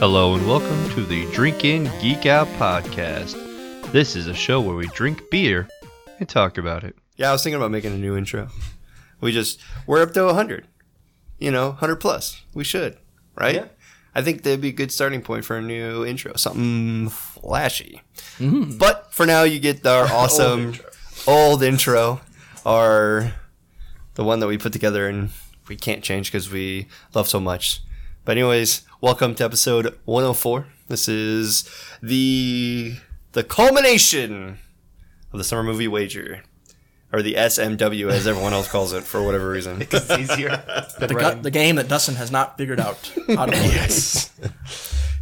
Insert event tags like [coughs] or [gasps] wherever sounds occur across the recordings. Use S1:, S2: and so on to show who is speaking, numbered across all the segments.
S1: Hello and welcome to the Drink In Geek Out podcast. This is a show where we drink beer and talk about it.
S2: Yeah, I was thinking about making a new intro. We just we're up to 100. You know, 100 plus. We should, right?
S1: Yeah.
S2: I think that'd be a good starting point for a new intro, something flashy. But for now, you
S1: [laughs]
S2: get our
S1: Mm-hmm.
S2: awesome
S1: intro.
S2: old intro, our the one that we put together and we can't change because we love so much. But anyways, welcome to episode 104. This is the the culmination of the summer movie wager. Or the SMW, as everyone else calls it, for whatever reason.
S3: the, gu- the game that Dustin has not figured [laughs] out how to play.
S2: [laughs]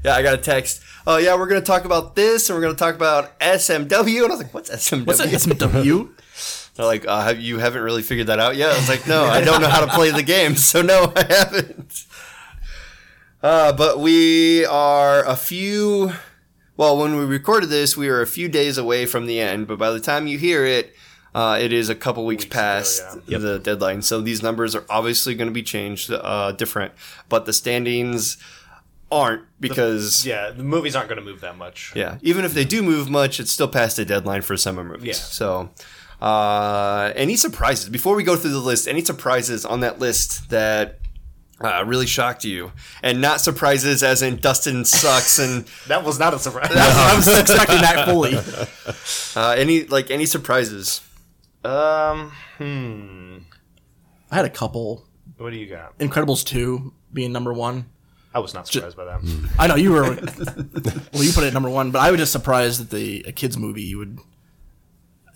S2: Yeah, I got a text. Oh yeah, we're gonna talk about this, and we're gonna talk about SMW. And I was like, "What's SMW?"
S3: What's that? SMW?
S2: They're like, uh, have, "You haven't really figured that out yet." I was like, "No, I don't know how to play the game, so no, I haven't." Uh, but we are a few. Well, when we recorded this, we were a few days away from the end. But by the time you hear it, uh, it is a couple weeks, past the deadline. So these numbers are obviously going to be changed, uh, different. But the standings aren't because
S4: Yeah, the movies aren't going to move that much.
S2: Yeah, even if they do move much, it's still past the deadline for summer movies.
S4: Yeah.
S2: So, uh, any surprises before we go through the list? Any surprises on that list that uh, really shocked you, and not surprises as in Dustin sucks, and
S4: That was not a surprise.
S3: I was expecting that fully.
S2: uh, any like any surprises?
S4: um, hmm.
S3: I had a couple.
S4: [laughs] What do you got?
S3: Incredibles 2 being number one.
S4: I was not surprised by that.
S3: I know you
S5: [laughs]
S3: were. well, you put it at number one, but I was just surprised that the a kids movie would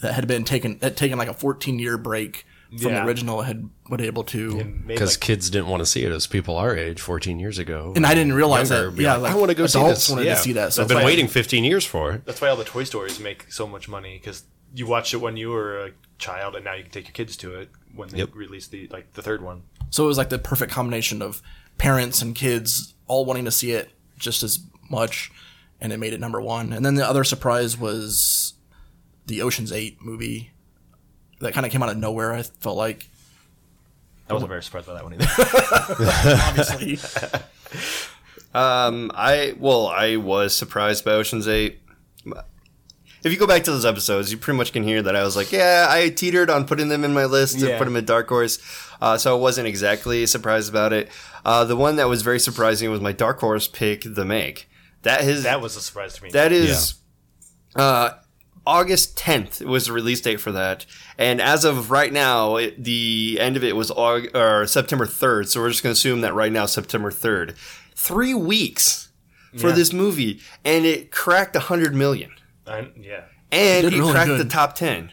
S3: that had been taken had taken like a 14 year break from
S4: Yeah.
S3: the original had been able to. And,
S4: Maybe
S5: because
S4: like,
S5: kids didn't want to see it as people our age 14 years ago
S3: I didn't realize
S5: Younger,
S3: that.
S5: be
S3: Yeah,
S5: like,
S3: like,
S5: I want to go see
S3: adults
S5: this.
S3: wanted
S5: Yeah.
S3: to see that. So
S5: I've been
S3: it's like-
S5: waiting 15 years for it.
S4: that's why all the Toy Stories make so much money because you watched it when you were a child, and now you can take your kids to it when they
S5: Yep.
S4: release the like the third one.
S3: So it was like the perfect combination of parents and kids all wanting to see it just as much, and it made it number one. And then the other surprise was the Ocean's Eight movie that kind of came out of nowhere. I felt like
S4: I wasn't very surprised by that one either.
S3: obviously
S2: Um, I well, I was surprised by Ocean's Eight. If you go back to those episodes, you pretty much can hear that I was like, yeah, I teetered on putting them in my list and
S4: Yeah.
S2: put them in Dark Horse, uh, so I wasn't exactly surprised about it. Uh, the one that was very surprising was my Dark Horse pick, The Meg. That is
S4: [laughs] that was a surprise to me.
S2: that is uh, August 10th was the release date for that. And as of right now, it, the end of it was Aug- or September 3rd. So we're just going to assume that right now, September 3rd. Three weeks for this movie. And it cracked 100 million.
S4: I, yeah,
S2: And
S3: It
S2: it,
S3: did really
S2: cracked
S3: good.
S2: the top 10.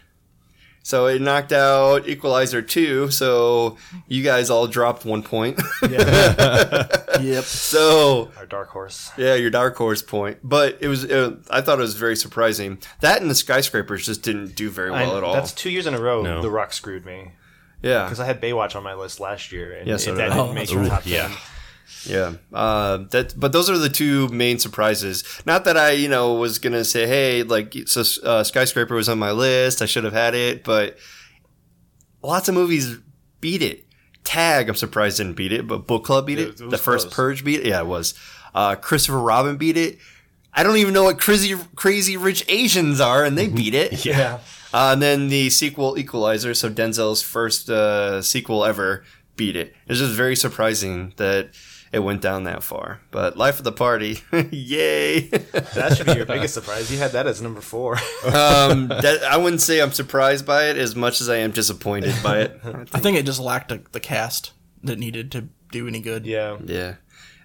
S2: So it knocked out Equalizer 2. So you guys all dropped one point. [laughs]
S3: yep.
S2: so
S4: our dark horse.
S2: yeah, your dark horse point, but it was. Uh, I thought it was very surprising that and the skyscrapers just didn't do very well
S4: I-
S2: at all.
S4: That's two years in a row.
S5: No.
S4: The Rock screwed me
S2: yeah,
S4: because I had Baywatch on my list last year, and
S2: Yeah,
S4: yeah,
S2: so
S4: that
S2: did I.
S4: didn't make the top ten.
S5: yeah.
S2: yeah. Uh, that, but those are the two main surprises. Not that I, you know, was gonna say, hey, like, so uh, skyscraper was on my list. I should have had it, but lots of movies beat it. Tag, I'm surprised didn't beat it, but Book Club beat
S4: It
S2: it.
S4: was- it was
S2: the first
S4: close.
S2: Purge beat it. Yeah, it was. Uh, Christopher Robin beat it. I don't even know what crazy, crazy rich Asians are, and
S4: [laughs]
S2: they beat it.
S4: Yeah,
S2: Uh, and then the sequel, Equalizer, so Denzel's first uh, sequel ever, beat it. It's just very surprising that it went down that far. But Life of the Party, [laughs] yay!
S4: that should be your biggest surprise. You had that as number four.
S2: um, [laughs] that, I wouldn't say I'm surprised by it as much as I am disappointed by [laughs] it.
S3: I think it just lacked a, the cast that needed to do any good.
S4: yeah,
S2: Yeah.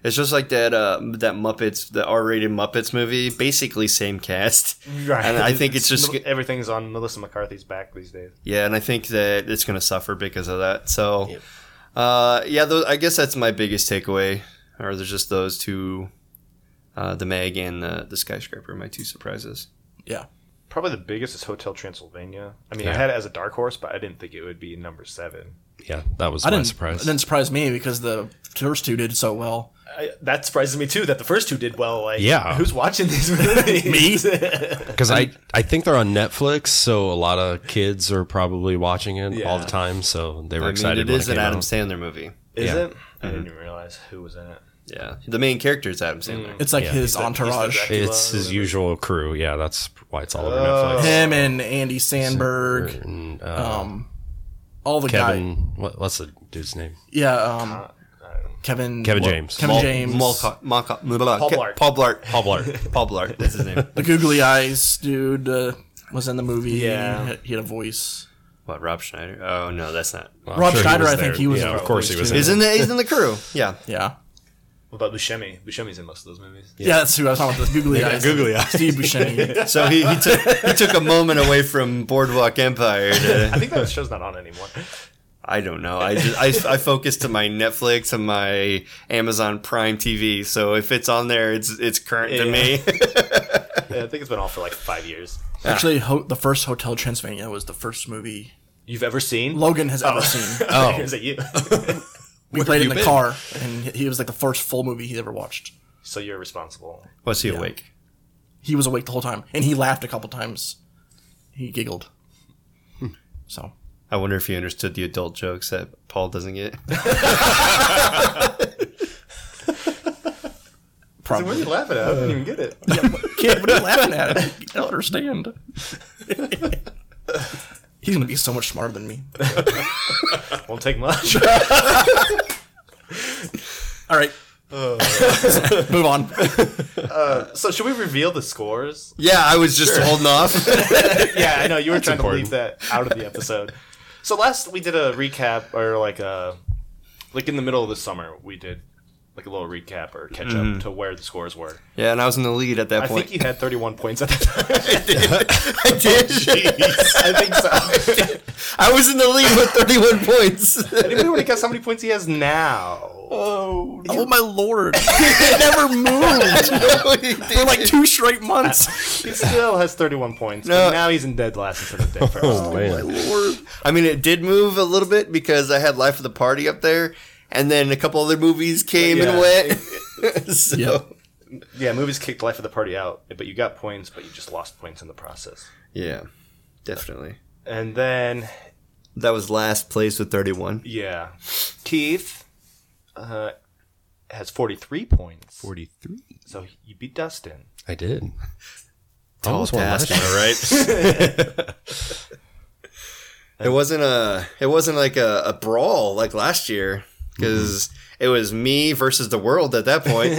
S2: It's just like that uh, that Muppets, the R-rated Muppets movie, basically same cast.
S4: Right.
S2: And I think it's just
S4: everything's on Melissa McCarthy's back these days.
S2: Yeah, and I think that it's going to suffer because of that. So, uh, yeah, those, I guess that's my biggest takeaway. Or there's just those two, uh, the Meg and the, the skyscraper, my two surprises.
S3: Yeah.
S4: Probably the biggest is Hotel Transylvania. I mean, I
S5: Yeah.
S4: had it as a dark horse, but I didn't think it would be number seven.
S5: yeah that was
S3: I
S5: my
S3: didn't.
S5: surprise
S3: It didn't surprise me because the first two did so well.
S4: I, that surprises me too. That the first two did well. Like,
S5: Yeah.
S4: who's
S2: [laughs]
S4: watching these movies? me.
S5: because I, I think they're on netflix so a lot of kids are probably watching it all the time so they were
S2: I mean,
S5: excited
S2: it
S5: when
S2: is
S5: it
S2: an
S5: came
S2: Adam
S5: out.
S2: Sandler movie.
S4: Is
S5: Yeah.
S4: it? I didn't even realize who was in it.
S2: Yeah, the main character is Adam Sandler.
S3: It's like
S5: Yeah.
S3: his
S4: the- he's the
S3: entourage.
S4: director.
S5: It's his usual crew. Yeah, that's why it's all over Netflix.
S3: Him and Andy Sandberg,
S5: And, uh,
S3: um, all the guys.
S5: Kevin, what, what's the dude's name?
S3: Yeah,
S5: uh,
S3: um, Kevin.
S5: Kevin James.
S3: Kevin James.
S2: Malco- Malco- blah, blah,
S4: Paul
S2: Ke-
S4: Blart.
S2: Paul Blart.
S5: Paul
S2: [laughs]
S5: Blart.
S2: Paul Blart. That's his name.
S3: The googly eyes dude uh, was in the movie.
S4: Yeah.
S3: He had- he had a voice.
S2: what? Rob Schneider? Oh no, that's not.
S5: Well, I'm
S3: Rob
S5: sure he
S3: Schneider,
S5: was
S3: I think
S5: there.
S3: he was
S5: Yeah,
S3: in
S5: of
S3: it,
S5: course he
S3: too.
S5: was. in
S2: He's
S5: it.
S2: in the he's in the crew. Yeah.
S3: Yeah.
S4: What about Buscemi? Buscemi's in most of those movies.
S3: Yeah, that's who I was talking about. The
S5: [laughs]
S3: googly eyes.
S5: googly eyes.
S3: Steve
S5: [laughs]
S3: Buscemi.
S2: So he, he took he took a moment away from Boardwalk [laughs] Empire.
S4: I
S2: To,
S4: think that show's not on anymore.
S2: I don't know. I just [laughs] I, I focused to my Netflix and my Amazon Prime TV. So if it's on there, it's it's current to me.
S4: [laughs] Yeah, I think it's been off for like five years.
S3: Actually, ho- the first Hotel Transylvania was the first movie
S4: You've ever seen?
S3: Logan has ever
S5: [laughs]
S3: seen.
S4: oh, [laughs] is it you?
S3: We played it in
S5: you
S3: the
S5: been?
S3: car, and he- he was like the first full movie he ever watched.
S4: so you're responsible.
S2: Was he awake?
S3: He was awake the whole time, and he laughed a couple times. He giggled.
S5: Hmm.
S3: So
S2: I wonder if he understood the adult jokes that Paul doesn't get.
S3: probably.
S4: you laughing at? I didn't even get it.
S3: Yeah, what- kid, what are you laughing at? I don't understand. He's gonna be so much smarter than me.
S4: Won't
S2: [laughs]
S4: take much.
S3: All right, Uh, [laughs] move on.
S4: so should we reveal
S3: [laughs]
S4: the scores?
S2: [laughs] Yeah, I was just holding off.
S4: Yeah, I know you were trying
S5: important.
S4: to leave that out of
S3: [laughs]
S4: the episode. so last we did a recap or like a like in the middle of the summer we did like a little recap or catch
S3: Mm-hmm.
S4: up to where the scores were.
S2: yeah, and I was in the lead at that
S4: I
S2: point.
S4: think you had 31 points at
S3: [laughs]
S4: the time.
S2: I did.
S4: [laughs] I think
S2: [laughs]
S4: so.
S2: I was in the lead with [laughs] 31 points.
S4: Anybody want to guess how many points he has now?
S3: Oh my [laughs] lord! it never [laughs] moved for like two straight months.
S4: He still has 31 points.
S2: No.
S4: But now he's in dead last instead
S3: [laughs]
S4: of dead first.
S5: Oh, man.
S2: I mean, it did move a little bit because I had Life of the Party up there, and then a couple other movies came
S4: Yeah.
S2: and went. [laughs] so,
S4: Yeah, movies kicked Life of the Party out, but you got points, but you just lost points in the process.
S2: yeah, definitely.
S4: And then,
S2: That was last place with 31.
S4: yeah, Keith uh, has 43 points.
S5: 43.
S4: So you beat Dustin.
S5: I did.
S2: Almost won last time, right?
S3: [laughs]
S2: it wasn't a. It wasn't like a, a brawl like last year
S3: Mm-hmm.
S2: because it was me versus the world at that
S3: [laughs]
S2: point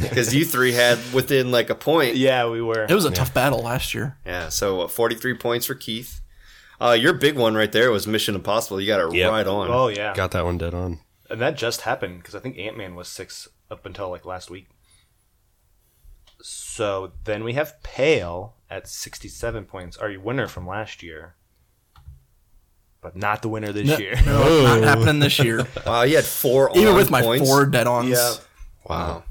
S2: because you three had within like a point.
S4: Yeah, we were.
S3: It was a tough battle last year.
S2: Yeah, so uh, 43 points for Keith. Uh, your big one right there was Mission Impossible. You got it
S5: Yep.
S2: right on.
S4: Oh, yeah.
S5: Got that one dead on.
S4: And that just happened because I think Ant Man was six up until like last week. So then we have Pale at 67 points, our winner from last year, but not the winner this year.
S3: No, not happening this
S5: [laughs]
S3: year.
S2: Wow, you had four
S3: Even
S2: on
S3: with my
S2: points.
S3: four dead ons.
S4: Yeah.
S2: Wow.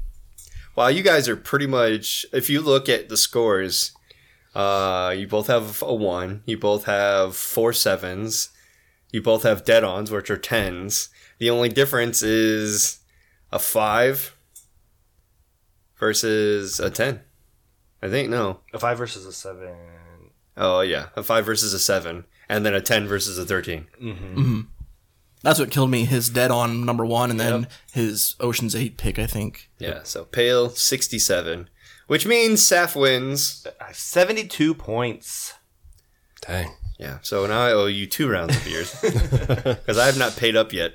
S2: Wow, you guys are pretty much, if you look at the scores, uh, you both have a one. You both have four sevens. You both have dead ons, which are tens. The only difference is a five versus a 10. I think, no.
S4: A five versus a seven.
S2: Oh, yeah. A five versus a seven. And then a 10 versus a 13.
S3: That's what killed me. His dead on number one, and then his Ocean's Eight pick. I think.
S2: Yeah, so Pale 67, which means Saf wins.
S4: Uh, 72 points.
S5: Dang.
S2: Yeah, so now I owe you two rounds of
S5: [laughs]
S2: beers because I have not paid up yet.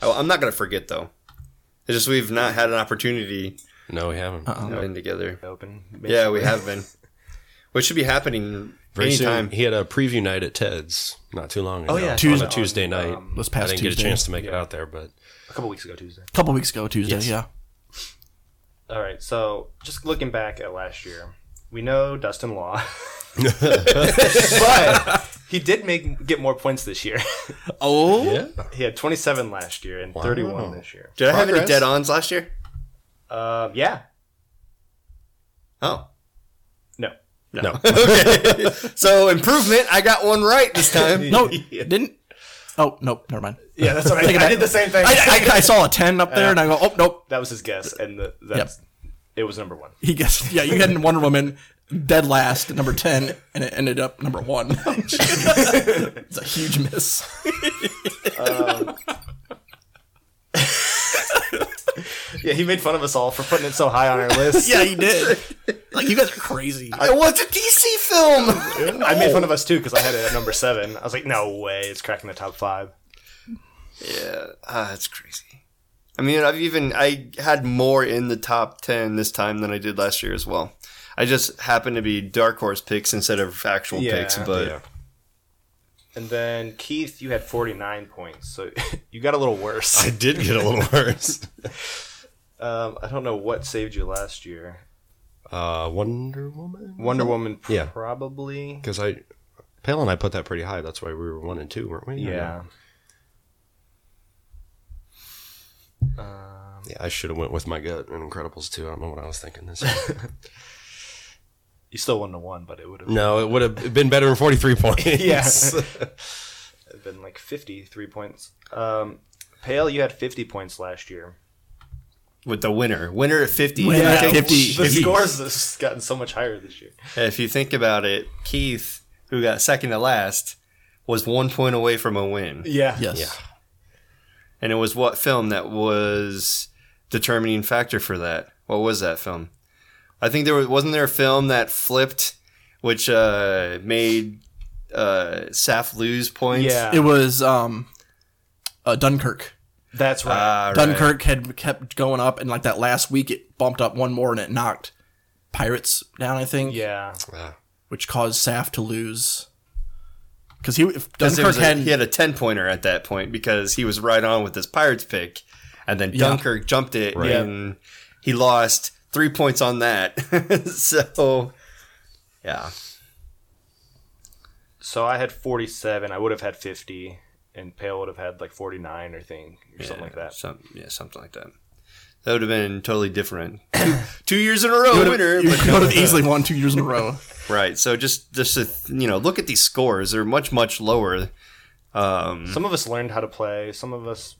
S2: I, I'm not going to forget, though. It's just we've not had an opportunity
S5: No,
S3: Uh,
S5: we haven't.
S2: to been together.
S4: Open.
S2: Yeah, we have been. Which should be happening
S5: Very soon,
S2: anytime.
S5: He had a preview night at Ted's not too long ago.
S4: yeah, I saw
S5: Tuesday,
S4: that on,
S5: Tuesday night.
S4: um,
S3: this
S5: I
S3: past
S5: didn't get a
S3: Tuesday.
S5: chance to make it out there, but
S4: A couple weeks ago, Tuesday.
S3: A couple weeks ago, Tuesday.
S5: Yes.
S3: Yeah.
S4: All right, so just looking back at last year, we know Dustin Law, [laughs] but he did make get more points this year. [laughs]
S3: Oh.
S5: yeah,
S4: He had 27 last year and 31 this year.
S2: Did I have any
S5: Progress.
S2: dead ons last year?
S4: Um, yeah.
S2: Oh.
S4: No.
S5: no,
S2: Okay. so improvement. I got one right this
S5: [laughs]
S2: time.
S4: [laughs]
S3: No, it didn't. Oh nope. Never mind.
S4: Yeah, that's what I, I did the same thing.
S3: I, I, I saw a ten up there, and I go, oh nope.
S4: that was his guess, and the, that's it was number one.
S3: He guessed. Yeah, you had Wonder Woman dead last at number ten, and it ended up number one. [laughs] it's a huge miss.
S4: Yeah, he made fun of us all for putting it so high on our list.
S3: yeah, he did. [laughs] Like you guys are crazy.
S2: It was a DC film.
S4: I made fun of us too because I had it at number seven. I was like, no way, it's cracking the top five.
S2: yeah, ah, it's crazy. I mean, I've even I had more in the top ten this time than I did last year as well. I just happened to be dark horse picks instead of actual picks, but
S4: yeah. And then Keith, you had 49 points, so [laughs] you got a little worse.
S5: I did get a little worse.
S4: Um, I don't know what saved you last year.
S5: Uh, Wonder Woman.
S4: Wonder Woman,
S5: Yeah.
S4: probably.
S5: Because I, Pale and I put that pretty high. That's why we were one and two, weren't we?
S4: Yeah.
S5: Yeah, I should have went with my gut and Incredibles too. I don't know what I was thinking this. year. [laughs]
S4: You still wouldn't have won, but it would [laughs] have
S5: no, it would have been better than forty three points.
S4: Yes. been like 53 points. Um, Pale, you had 50 points last year.
S2: with the winner, winner at fifty.
S3: Winner at
S2: Take-
S3: 50.
S4: The scores has gotten so much higher this year.
S2: If you think about it, Keith, who got second to last, was one point away from a win,
S4: Yeah.
S3: Yes.
S5: Yeah.
S2: and it was what film that was determining factor for that? What was that film? I think there was wasn't there a film that flipped, which uh, made uh, Saf lose points.
S4: Yeah.
S3: It was um, uh, Dunkirk.
S4: That's right.
S2: Ah, right.
S3: Dunkirk had kept going up, and like that last week, it bumped up one more, and it knocked Pirates down. I think.
S4: yeah.
S5: Yeah.
S3: Which caused Saf to lose. Because he if
S2: 'Cause it
S3: Dunkirk
S2: was a-
S3: had [laughs]
S2: he had a ten pointer at that point because he was right on with his Pirates pick, and then
S3: Yeah.
S2: Dunkirk jumped it
S5: Right.
S2: and he lost three points on that. [laughs] so, yeah,
S4: So I had 47. I would have had 50, and Pale would have had like 49 or thing or something like that.
S2: Some, yeah, something like that. That would have been totally different. [coughs] Two- Two years in a row,
S3: would
S2: winner.
S3: have,
S2: but no.
S3: easily won two years in a row.
S2: Right. So just just to, you know, look at these scores. They're much much lower. Um,
S4: Some of us learned how to play. Some of us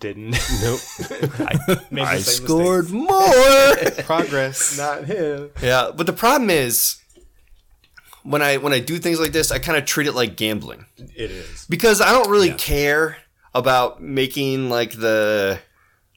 S4: didn't.
S5: Nope.
S4: [laughs] I, made the same mistakes.
S2: more.
S5: Progress.
S4: Not him.
S2: Yeah, but the problem is when I when I do things like this, I kind of treat it like gambling
S4: It is.
S2: because I don't really care about making like the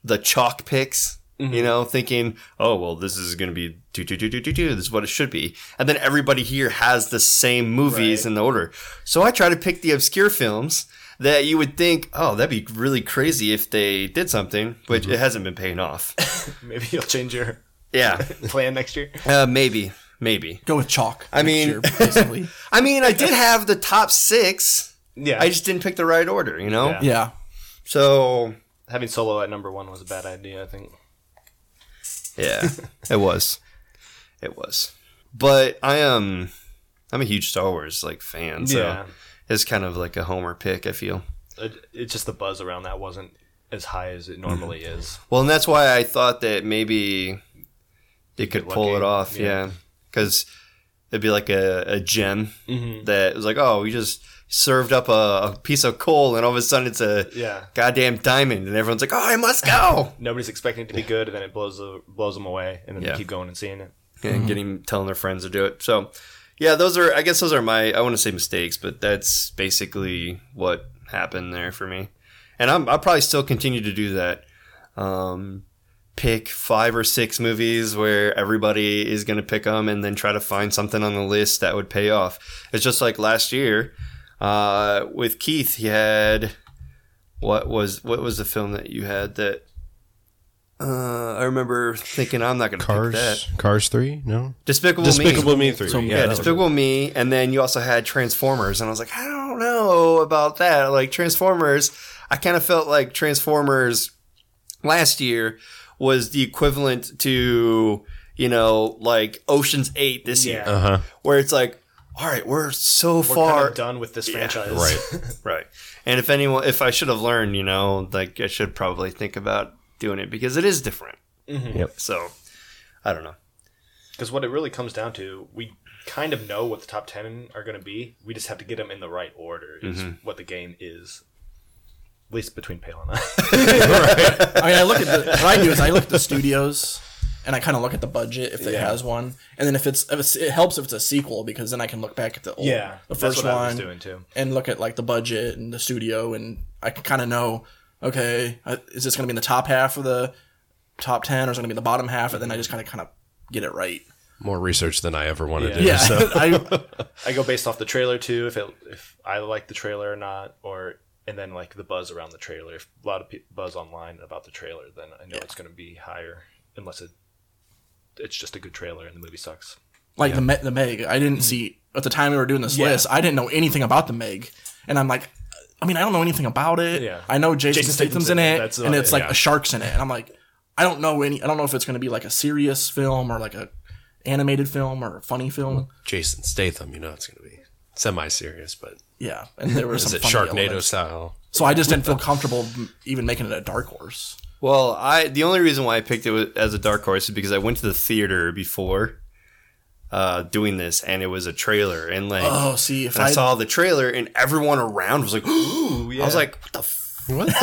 S2: the chalk picks. You
S4: Mm-hmm.
S2: know, thinking, oh well, this is going to be two, two, two, two, two, two. This is what it should be, and then everybody here has the same movies
S4: Right.
S2: in the order. So I try to pick the obscure films that you would think, oh, that'd be really crazy if they did something, but
S4: Mm-hmm.
S2: it hasn't been paying off.
S4: Maybe you'll change your [laughs]
S2: yeah,
S4: plan next year.
S2: uh, maybe, maybe.
S3: Go with chalk.
S2: I
S3: next
S2: mean- [laughs]
S3: year, basically.
S2: I mean, I did have the top six.
S4: Yeah.
S2: I just didn't pick the right order, you know.
S4: Yeah.
S3: yeah.
S2: So
S4: Having solo at number one was a bad idea, I think.
S2: yeah, [laughs] it was, it was. But I am, I'm a huge Star Wars like fan, so
S4: Yeah.
S2: it's kind of like a Homer pick. I feel.
S4: It, it's just the buzz around that wasn't as high as it normally is.
S2: Well, and that's why I thought that maybe they could
S4: Get
S2: pull
S4: lucky,
S2: it off.
S4: yeah.
S2: Yeah, because it'd be like a, a gem that was like, oh, we just served up a, a piece of coal, and all of a sudden it's a
S4: Yeah.
S2: goddamn diamond, and everyone's like, oh, I must go.
S4: Nobody's expecting it to be good, and then it blows the, blows them away, and then
S2: Yeah.
S4: they keep going and seeing it.
S2: and getting telling their friends to do it. So, yeah, those are I guess those are my I want to say mistakes, but that's basically what happened there for me. And I'm I'll probably still continue to do that. Um, pick five or six movies where everybody is going to pick them, and then try to find something on the list that would pay off. It's just like last year uh, with Keith. He had what was what was the film that you had that. Uh, I remember thinking I'm not going to pick that.
S5: Cars. Cars three. No.
S2: Despicable,
S5: Despicable
S2: Me.
S5: Me three.
S3: So,
S5: yeah.
S2: Yeah,
S3: that was-
S2: Despicable Me, and then you also had Transformers, and I was like, I don't know about that. Like Transformers, I kind of felt like Transformers last year was the equivalent to you know like Ocean's Eight this year,
S5: Uh huh.
S2: where it's like, all right, we're so
S4: We're
S2: far
S4: kind of done with this franchise.
S5: Right.
S2: Right. And if anyone, if I should have learned, you know, like I should probably think about doing it because it is different.
S4: Mm-hmm.
S5: Yep.
S2: So I don't know.
S4: Because what it really comes down to, we kind of know what the top 10 are going to be. We just have to get them in the right order, is
S3: Mm-hmm.
S4: what the game is. At least between Pale and
S3: [laughs]
S4: I.
S3: I mean, I look at the what I do is I look at the studios, and I kind of look at the budget if it has one, and then if it's, if it's it helps if it's a sequel because then I can look back at the old, the
S4: [laughs] that's
S3: first
S4: what I
S3: one
S4: was doing too.
S3: and look at like the budget and the studio, and I can kind of know okay I- is this going to be in the top half of the top ten or is it gonna be in the bottom half, and then I just kind of kind of get it right.
S5: More research than I ever want to
S4: Yeah.
S5: do.
S3: [laughs] Yeah,
S5: So.
S3: I,
S4: I go based off the trailer too, if it, if I like the trailer or not, or and then like the buzz around the trailer. If a lot of pe- buzz online about the trailer, then I know it's going to be higher, unless it it's just a good trailer and the movie sucks.
S3: like the Me- the Meg. I didn't see at the time we were doing this list. I didn't know anything about the Meg, and I'm like, I mean, I don't know anything about it.
S4: Yeah.
S3: I know Jason,
S4: Jason
S3: Statham's,
S4: Statham's
S3: in
S4: in
S3: it,
S4: it. That's
S3: and
S4: about
S3: it's
S4: it,
S3: like
S4: yeah.
S3: a shark's in it, and I'm like, I don't know any. I don't know if it's going to be like a serious film or like a animated film or a funny film.
S5: Jason Statham, you know it's going to be semi-serious, but
S3: Yeah, and there was
S5: is
S3: some
S5: it
S3: funny
S5: Sharknado
S3: elements.
S5: style?
S3: So I just didn't feel comfortable m- even making it a dark horse.
S2: Well, I the only reason why I picked it wa- as a dark horse is because I went to the theater before uh, doing this, and it was a trailer, and like
S3: Oh, see if
S2: and I,
S3: I,
S2: saw the trailer, and everyone around was like, [gasps] "Ooh!" I was like, "What the f-?
S5: What?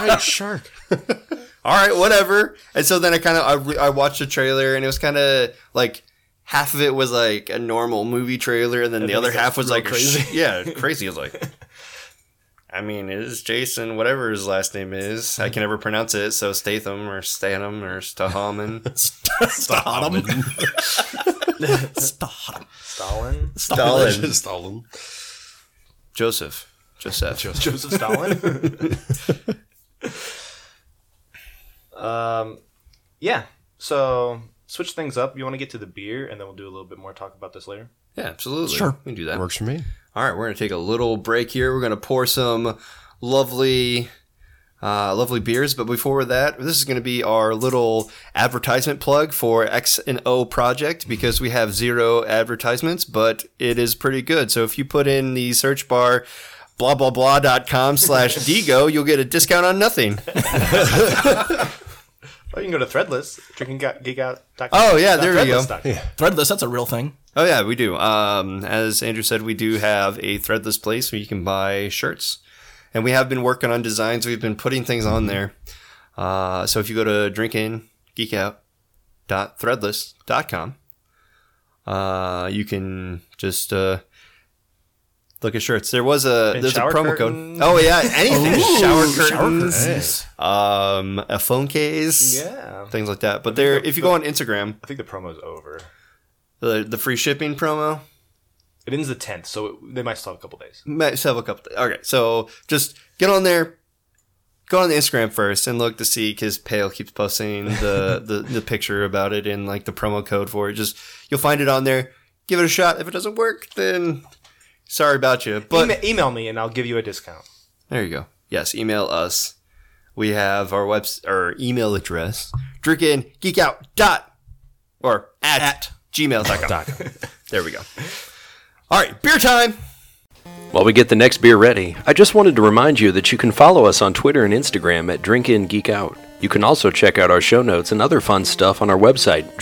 S5: Right, [laughs] shark.
S2: All right, whatever." And so then I kind of I, re- I watched the trailer, and it was kind of like half of it was like a normal movie trailer, and then the
S4: then
S2: other
S4: it got
S2: half was
S4: real
S2: like
S4: crazy.
S2: crazy. yeah, crazy. I was like. I mean, it is Jason, whatever his last name is. I can never pronounce it, so Statham or Stanham or Stahaman.
S3: Statham.
S5: [laughs]
S3: Statham.
S4: Stalin,
S2: Stalin.
S5: Stalin.
S2: Joseph. Joseph. Joseph.
S4: [laughs] Joseph Stalin. [laughs] um, yeah. So switch things up. You want to get to the beer, and then we'll do a little bit more talk about this later.
S2: Yeah, absolutely.
S3: Sure.
S2: We can do that.
S5: Works for me.
S2: All right, we're going to take a little break here. We're going to pour some lovely uh, lovely beers, but before that, this is going to be our little advertisement plug for X and O project because we have zero advertisements, but it is pretty good. So if you put in the search bar blah blah blah dot com slash Digo, you'll get a discount on nothing.
S4: Oh, you can go to Threadless, drinkinggeekout.com.
S2: Oh, yeah,
S4: Not
S2: there we go.
S4: Threadless
S2: [laughs]
S4: dot com.
S3: Threadless. That's a real thing.
S2: Oh yeah, we do. Um, as Andrew said, we do have a threadless place where you can buy shirts, and we have been working on designs. We've been putting things on there. Uh, so if you go to drinkingeekout.threadless.com, uh, you can just uh, look at shirts. There was a
S4: And
S2: there's a
S4: shower
S2: promo
S4: curtain.
S2: code. Oh yeah, anything shower curtains,
S5: curtains.
S2: um, a phone case,
S4: Yeah.
S2: things like that. But there, if you go on Instagram,
S4: I think the promo's over.
S2: the the free shipping promo.
S4: It ends the tenth, so it, they might still have a couple days.
S2: Might still have a couple. Okay, so just get on there, go on the Instagram first, and look to see because Pale keeps [laughs] posting the, the the picture about it and like the promo code for it. Just you'll find it on there. Give it a shot. If it doesn't work, then sorry about you. But
S4: Ema- email me, and I'll give you a discount.
S2: there you go. Yes, email us. We have our webs our email address drinkingeekout dot or at, at gmail.com. [laughs] There we go. All right, beer time.
S6: While we get the next beer ready, I just wanted to remind you that you can follow us on Twitter and Instagram at DrinkInGeekOut. You can also check out our show notes and other fun stuff on our website,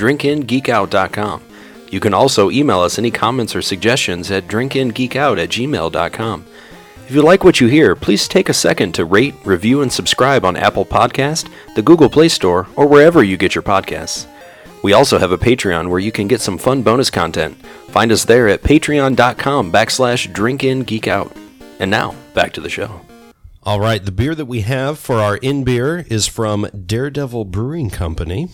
S6: drinkingeekout.com. You can also email us any comments or suggestions at drinkingeekout at gmail.com. If you like what you hear, please take a second to rate, review, and subscribe on Apple Podcast, the Google Play Store, or wherever you get your podcasts. We also have a Patreon where you can get some fun bonus content. Find us there at patreon.com backslash drinkingeekout. And now, back to the show.
S5: All right, the beer that we have for our in beer is from Daredevil Brewing Company.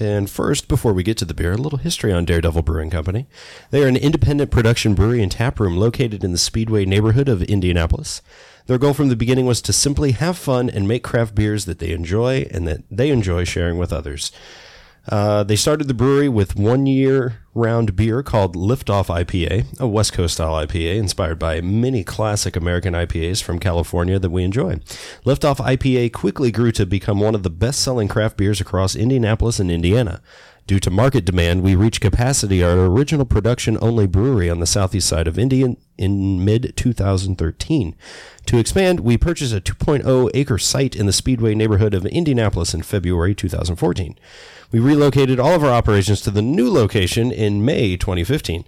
S5: And first, before we get to the beer, a little history on Daredevil Brewing Company. They are an independent production brewery and tap room located in the Speedway neighborhood of Indianapolis. Their goal from the beginning was to simply have fun and make craft beers that they enjoy and that they enjoy sharing with others. Uh, they started the brewery with one year round beer called Liftoff IPA, a West Coast style IPA inspired by many classic American IPAs from California that we enjoy. Liftoff IPA quickly grew to become one of the best selling craft beers across Indianapolis and Indiana. Due to market demand, we reached capacity at our original production only brewery on the southeast side of Indian in mid 2013. To expand, we purchased a 2.0 acre site in the Speedway neighborhood of Indianapolis in February 2014. We relocated all of our operations to the new location in May 2015.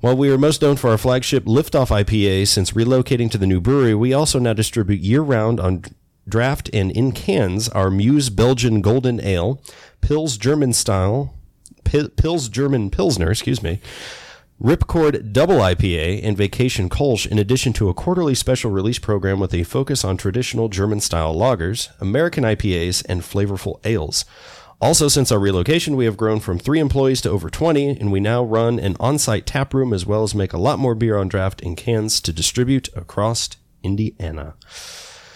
S5: While we are most known for our flagship Liftoff IPA, since relocating to the new brewery, we also now distribute year round on draft and in cans our Muse Belgian Golden Ale, Pils German style, Pi- Pils German Pilsner, excuse me, Ripcord Double IPA and Vacation Kolsch, in addition to a quarterly special release program with a focus on traditional German style lagers, American IPAs, and flavorful ales. Also, since our relocation, we have grown from three employees to over 20, and we now run an on site tap room as well as make a lot more beer on draft in cans to distribute across Indiana.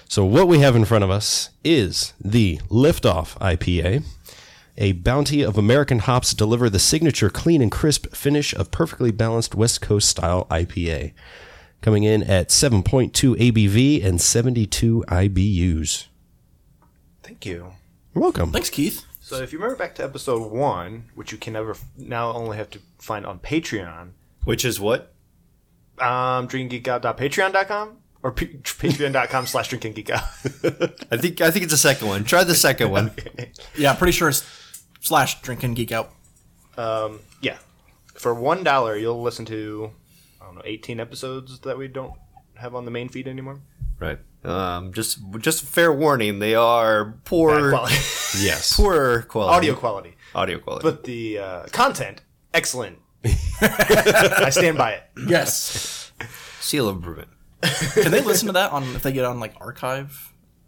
S5: So, what we have in front of us is the Liftoff IPA. A bounty of American hops deliver the signature clean and crisp finish of perfectly balanced West Coast style IPA, coming in at 7.2 ABV and 72 IBUs.
S4: Thank you.
S5: You're welcome.
S3: Thanks, Keith.
S4: So if you remember back to episode one, which you can never now only have to find on Patreon,
S2: Which is what?
S4: um, drinkinggeekout.patreon.com or p- patreon.com slash drinkinggeekout.
S2: I think I think it's the second one. Try the second one.
S3: Yeah, pretty sure it's slash drinking geek out.
S4: [laughs] yeah. For one dollar, you'll listen to I don't know eighteen episodes that we don't have on the main feed anymore.
S2: Right. Um, just just fair warning, they are poor
S4: Bad quality. [laughs]
S5: Yes.
S2: poor quality.
S4: audio quality,
S2: audio quality.
S4: but the uh, content
S3: [laughs]
S4: excellent. I stand by it.
S3: Yes.
S2: seal of improvement.
S3: Can they listen to that on if they get on like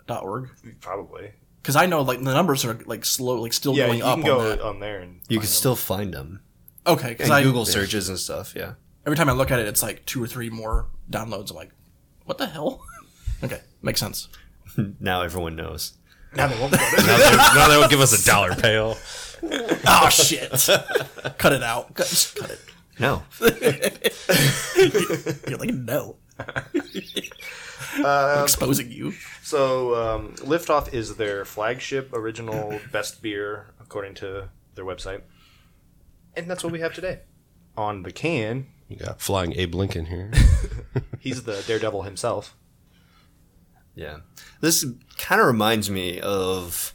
S3: archive.org?
S4: Probably.
S3: Because I know like the numbers are like slow, like still
S4: Yeah,
S3: going
S4: you
S3: up
S4: can
S3: on
S4: go
S3: that.
S4: on there and
S2: You can still find them.
S3: Okay, because
S2: And
S3: I
S2: Google searches and stuff, yeah.
S3: every time I look at it, it's like two or three more downloads. I'm like, what the hell? [laughs] okay, makes sense.
S2: Now everyone knows.
S4: now they
S5: [laughs]
S4: won't. Go there.
S5: now that would give us a
S3: [laughs]
S5: dollar pail.
S3: Oh shit! [laughs] cut it out. Cut, just cut it.
S2: No.
S3: [laughs] You're like
S4: [laughs]
S3: no.
S4: Um,
S3: Exposing you.
S4: So, um, Liftoff is their
S3: [laughs]
S4: flagship original best beer, according to their website. And that's what we have today. On the can,
S5: We got flying Abe Lincoln here.
S4: he's the daredevil himself.
S2: Yeah. This kind of reminds me of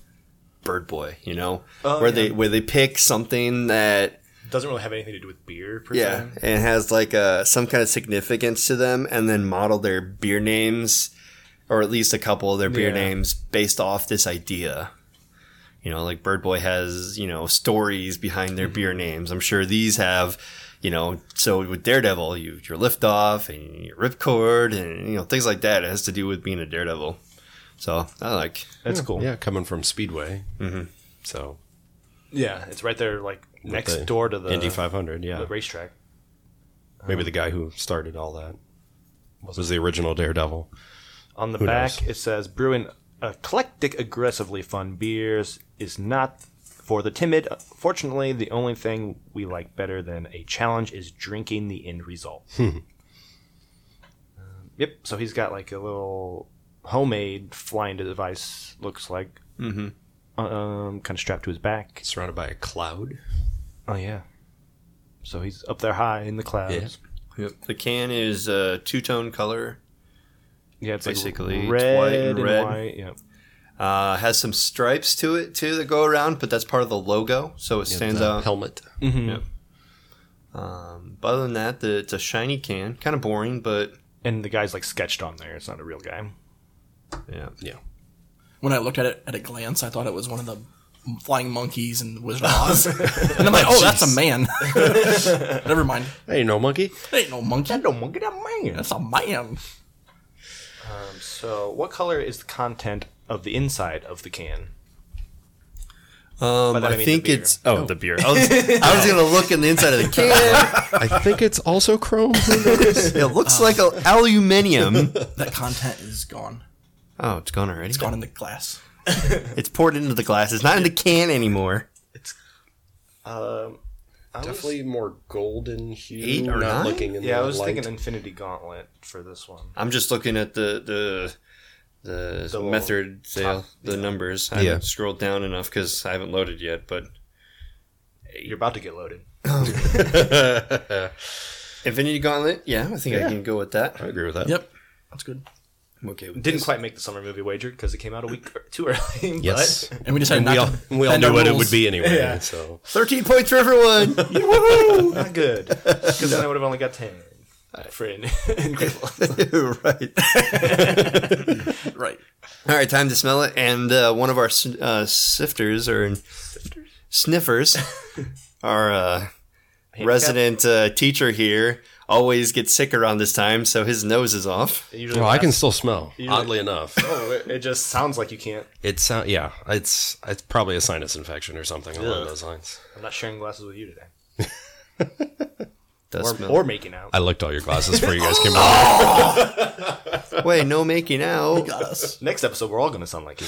S2: Bird Boy, you know, where they where they pick something that
S4: Doesn't really have anything to do with beer, per
S2: yeah,
S4: se.
S2: and has like a some kind of significance to them and then model their beer names or at least a couple of their beer
S4: Yeah.
S2: names based off this idea. You know, like Bird Boy has, you know, stories behind their beer names. I'm sure these have, you know, so with Daredevil, you your liftoff and your ripcord and you know things like that. It has to do with being a daredevil. So I like
S4: [laughs] That's cool. Yeah.
S5: yeah, coming from Speedway. Mm-hmm. So,
S4: it's right there, like, next
S5: the
S4: door to the,
S5: Indy 500, yeah.
S4: the racetrack.
S5: Maybe the guy who started all that was the original Daredevil.
S4: On the
S5: Who
S4: back,
S5: knows?
S4: it says brewing eclectic, aggressively fun beers is not for the timid. Fortunately, the only thing we like better than a challenge is drinking the end result.
S5: Hmm.
S4: Um, yep. So he's got like a little homemade flying device. Looks like. Mm-hmm. Um, kind of strapped to his back.
S5: Surrounded by a cloud.
S4: Oh yeah. So he's up there high in the clouds.
S2: the can is a two tone color.
S4: Yeah, it's
S2: Basically,
S4: like
S2: it's
S4: red
S2: white and
S4: and
S2: red.
S4: white. Yeah.
S2: Uh, has some stripes to it too that go around, but that's part of the logo, so it stands
S5: The
S2: out.
S5: Helmet.
S4: Mm-hmm.
S2: But other than that, the, it's a shiny can, kind of boring, but
S4: And the guy's like sketched on there. It's not a real guy.
S2: yeah.
S5: Yeah.
S3: When I looked at it at a glance, I thought it was one of the flying monkeys and Wizard of Oz, and I'm like, oh, that's a man. Never mind.
S5: Hey, no monkey.
S3: That ain't no monkey.
S4: No monkey, that man.
S3: That's a man.
S4: So, what color is the content of the inside of the can?
S2: Um,
S4: that I
S2: I,
S4: mean the
S2: think
S4: beer.
S2: it's oh, the beer. [laughs] I was, I was gonna look in the inside of the can.
S5: [laughs] I think it's also chrome.
S2: [laughs] It looks like a
S5: [laughs]
S2: aluminium.
S3: That content is gone.
S2: Oh, it's gone already. It's,
S3: It's gone in the glass.
S2: poured into the glass. It's not in the can anymore.
S5: Definitely more golden hue.
S2: Eight or
S5: not
S2: nine?
S5: looking in
S4: Yeah,
S5: the
S4: I was
S5: light.
S4: thinking Infinity Gauntlet for this one.
S2: I'm just looking at the the the,
S4: The
S2: method sale, the numbers. I
S5: Yeah.
S2: haven't scrolled down enough because I haven't loaded yet, but
S4: You're about to get loaded.
S2: [laughs] Infinity Gauntlet. Yeah, I think I can go with that.
S5: I agree with that.
S3: Yep, that's good.
S2: I'm okay with
S4: Didn't
S2: this.
S4: quite make the summer movie wager because it came out a week er- too early. [laughs]
S5: Yes.
S3: And we decided
S5: we all,
S3: not to
S5: we all
S3: bend
S5: knew
S3: our
S5: what it
S3: rules.
S5: would be anyway. So
S2: Thirteen points for everyone.
S5: [laughs]
S4: Woohoo! Not
S2: [laughs]
S4: good. Because then I would have only got 10. For [laughs] in- incredible.
S2: right.
S3: Right.
S2: [laughs] All right, time to smell it. And uh, one of our s-
S5: [laughs]
S2: uh, sifters or sniffers are uh,
S4: handicap?
S2: resident uh, teacher here always gets sick around this time, so his nose is off.
S4: It usually
S5: Well, I can
S4: lasts-
S5: still smell.
S4: Usually-
S5: Oddly enough,
S4: Oh, it, it just sounds like you can't.
S5: it sound yeah. It's it's probably a sinus infection or something along
S4: Ugh.
S5: those lines.
S4: I'm not sharing glasses with you today,
S2: Does
S4: or,
S2: smell-
S4: or making out.
S5: I licked all your glasses before you guys came over.
S2: Wait, no making
S5: [laughs]
S2: out.
S3: Us.
S4: Next episode, we're all going to sound like you.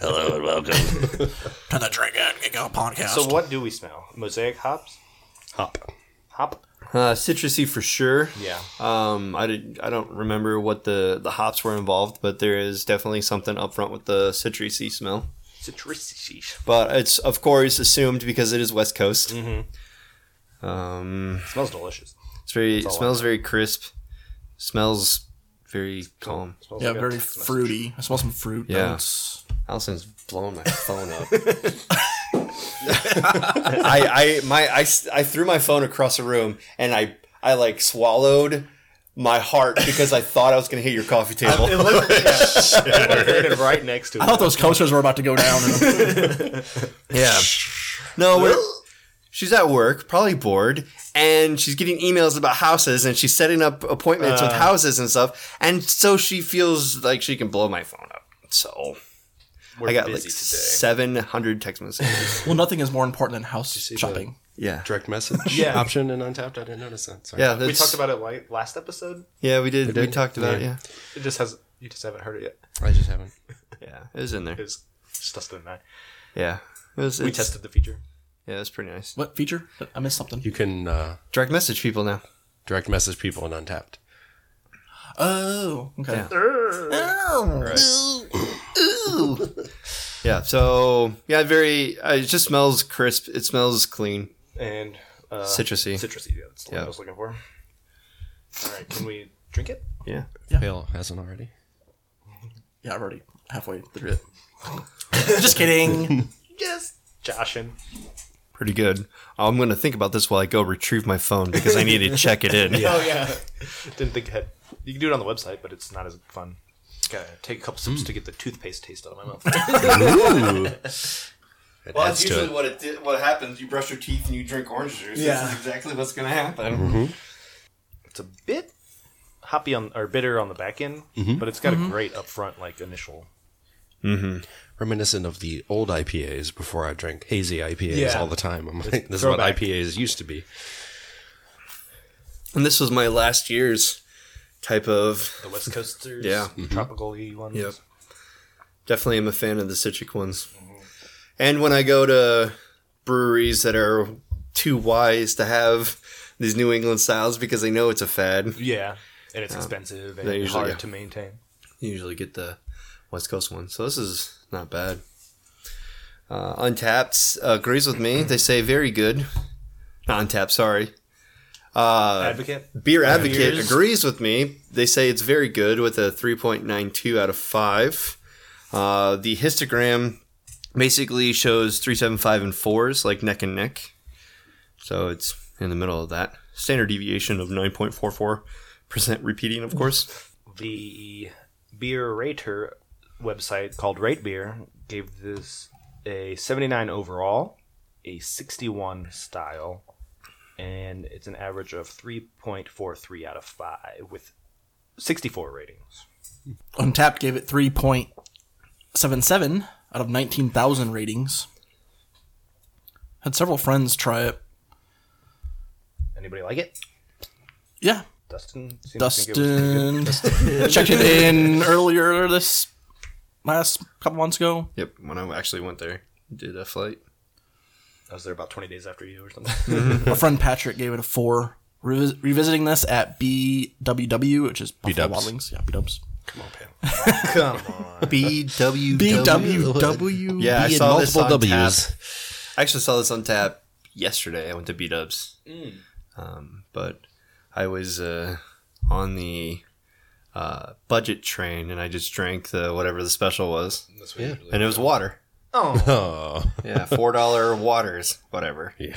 S5: Hello and welcome.
S3: To the Drink and Geek Out podcast.
S4: So, what do we smell? Mosaic hops,
S5: [laughs] Hop.
S4: hop.
S2: Uh, citrusy for sure.
S4: Yeah,
S2: Um, I, did, I don't remember what the, the hops were involved, but there is definitely something up front with the citrusy smell.
S4: citrusy.
S2: But it's, of course, assumed because it is West Coast. Um,
S4: Smells delicious.
S2: it's very, it
S4: Mm-hmm. all I
S2: smells very crisp, smells very calm.
S4: Smells
S3: Yeah,
S4: like a
S3: very
S4: text message.
S3: fruity. I smell some fruit.
S2: Yeah.
S3: notes.
S2: Allison's blowing my phone
S4: [laughs]
S2: up. I, I, my, I, s- I threw my phone across the room and I, I like swallowed my heart because I thought I was going to hit your coffee table.
S4: It literally- yeah. [laughs] We're standing right next to.
S3: I thought those coasters were about to go down. And
S2: Yeah. No, we're, she's at work, probably bored, and she's getting emails about houses and she's setting up appointments
S4: Uh.
S2: with houses and stuff. And so she feels like she can blow my phone up. So
S4: We're
S2: I got
S4: busy
S2: like
S4: today.
S2: 700 text
S4: [laughs]
S2: messages.
S3: well, nothing is more important than house shopping.
S2: yeah.
S5: Direct message
S4: Yeah.
S5: [laughs] option and untapped. I didn't notice that. Sorry.
S2: Yeah.
S4: we
S2: that's-
S4: talked about it like last episode.
S2: Yeah, we did. We
S5: did?
S2: talked about
S5: Yeah.
S2: it.
S4: It just has. You just haven't heard it yet.
S5: I just haven't.
S2: Yeah. Yeah. It was in there.
S4: It's just us and I.
S2: Yeah. It was,
S4: We
S2: it's-
S4: tested the feature.
S2: Yeah, that's pretty nice.
S3: What feature? I missed something.
S5: You can uh,
S2: Direct message people now.
S5: direct message people and untapped.
S3: Oh, okay.
S2: Yeah. Yeah. So yeah, very. Uh, it just smells crisp. It smells clean,
S4: and uh,
S2: citrusy.
S4: Citrusy, yeah, that's the one
S2: Yeah.
S4: I was looking for. All right, can we drink it?
S2: yeah.
S5: Pale hasn't already.
S3: Yeah, I'm already halfway through it. [laughs] Just kidding.
S4: Yes. Joshin.
S2: Pretty good. I'm gonna think about this while I go retrieve my phone because I need [laughs] to check it in.
S4: [laughs] Oh yeah. [laughs] Didn't think ahead. You can do it on the website, but it's not as fun. Gotta take a couple
S2: Mm.
S4: sips to get the toothpaste taste out of my [laughs] mouth.
S5: Ooh. It adds to it.
S2: what it did, what happens. You brush your teeth and you drink orange juice.
S3: Yeah. is
S2: exactly what's gonna happen.
S4: it's a bit hoppy on or bitter on the back end,
S2: Mm-hmm.
S4: but it's got a great upfront like initial.
S5: reminiscent of the old IPAs before I drank hazy IPAs
S4: Yeah.
S5: all the time. I'm like, this
S4: throwback.
S5: is what IPAs used to be. [laughs]
S2: And this was my last year's type of.
S4: The West Coasters,
S2: Yeah. Mm-hmm.
S4: tropical y ones.
S2: Yep. Definitely, am a fan of the citric ones. And when I go to breweries that are too wise to have these New England styles because they know it's a fad,
S4: Yeah. And it's expensive and
S2: they usually-
S4: hard
S2: yeah.
S4: to maintain.
S2: you usually get the West Coast one. So this is not bad. Uh, Untapped uh, agrees with me. They say very good. Not Untapped, sorry. Uh,
S4: Advocate.
S2: Beer Advocate
S4: Beers.
S2: agrees with me. They say it's very good with a 3.92 out of 5. Uh, the histogram basically shows 375 and 4s, like neck and neck. So it's in the middle of that. Standard deviation of 9.44% repeating, of course.
S4: the beer rater website called Rate Beer gave this a 79 overall, a 61 style, and it's an average of 3.43 out of 5 with 64 ratings.
S3: Untapped gave it 3.77 out of 19,000 ratings. Had several friends try it.
S4: Anybody like it?
S3: Yeah.
S4: Dustin? seemed to think it was pretty good. [laughs]
S3: Dustin [laughs] checked it in earlier this last couple months ago.
S2: Yep, when I actually went there, did a flight.
S4: I was there about 20 days after you or something.
S3: Our friend Patrick gave it a four. Revis- revisiting this at BWW, which is Buffalo
S5: B-dubs.
S3: Wild Wings. Yeah, B-dubs.
S2: Come
S3: [laughs]
S2: on. BW.
S3: BWW.
S2: Yeah, I
S5: Be in
S2: saw this on
S5: multiple
S2: W's.
S5: Ws.
S2: tap. I actually saw this on tap yesterday. I went to B Dubs, um, but I was uh, on the uh, budget train and I just drank the whatever the special was,
S5: Yeah.
S2: and it was water.
S5: Oh.
S2: Yeah, four dollar waters, whatever.
S5: Yeah.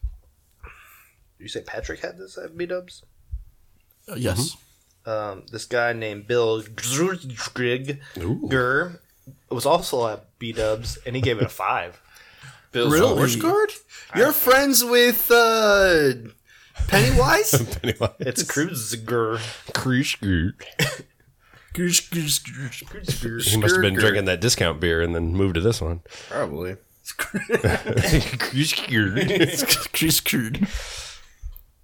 S4: [laughs] you say Patrick had this at B Dubs?
S3: Uh,
S4: Mm-hmm.
S3: yes.
S4: um, this guy named Bill Grzgrig
S5: Ooh.
S4: Gur was also at B Dubs, and he gave it a five.
S2: [laughs] Bill's
S3: Really?
S2: guard? You're friends with uh,
S5: [laughs]
S2: Pennywise?
S5: Anyway,
S4: It's Kruger.
S5: Kruger.
S3: Goosh,
S2: [laughs]
S3: goosh, goosh.
S5: He must have been drinking that discount beer and then moved to this one.
S2: Probably.
S5: Kruger.
S3: Goosh, goosh.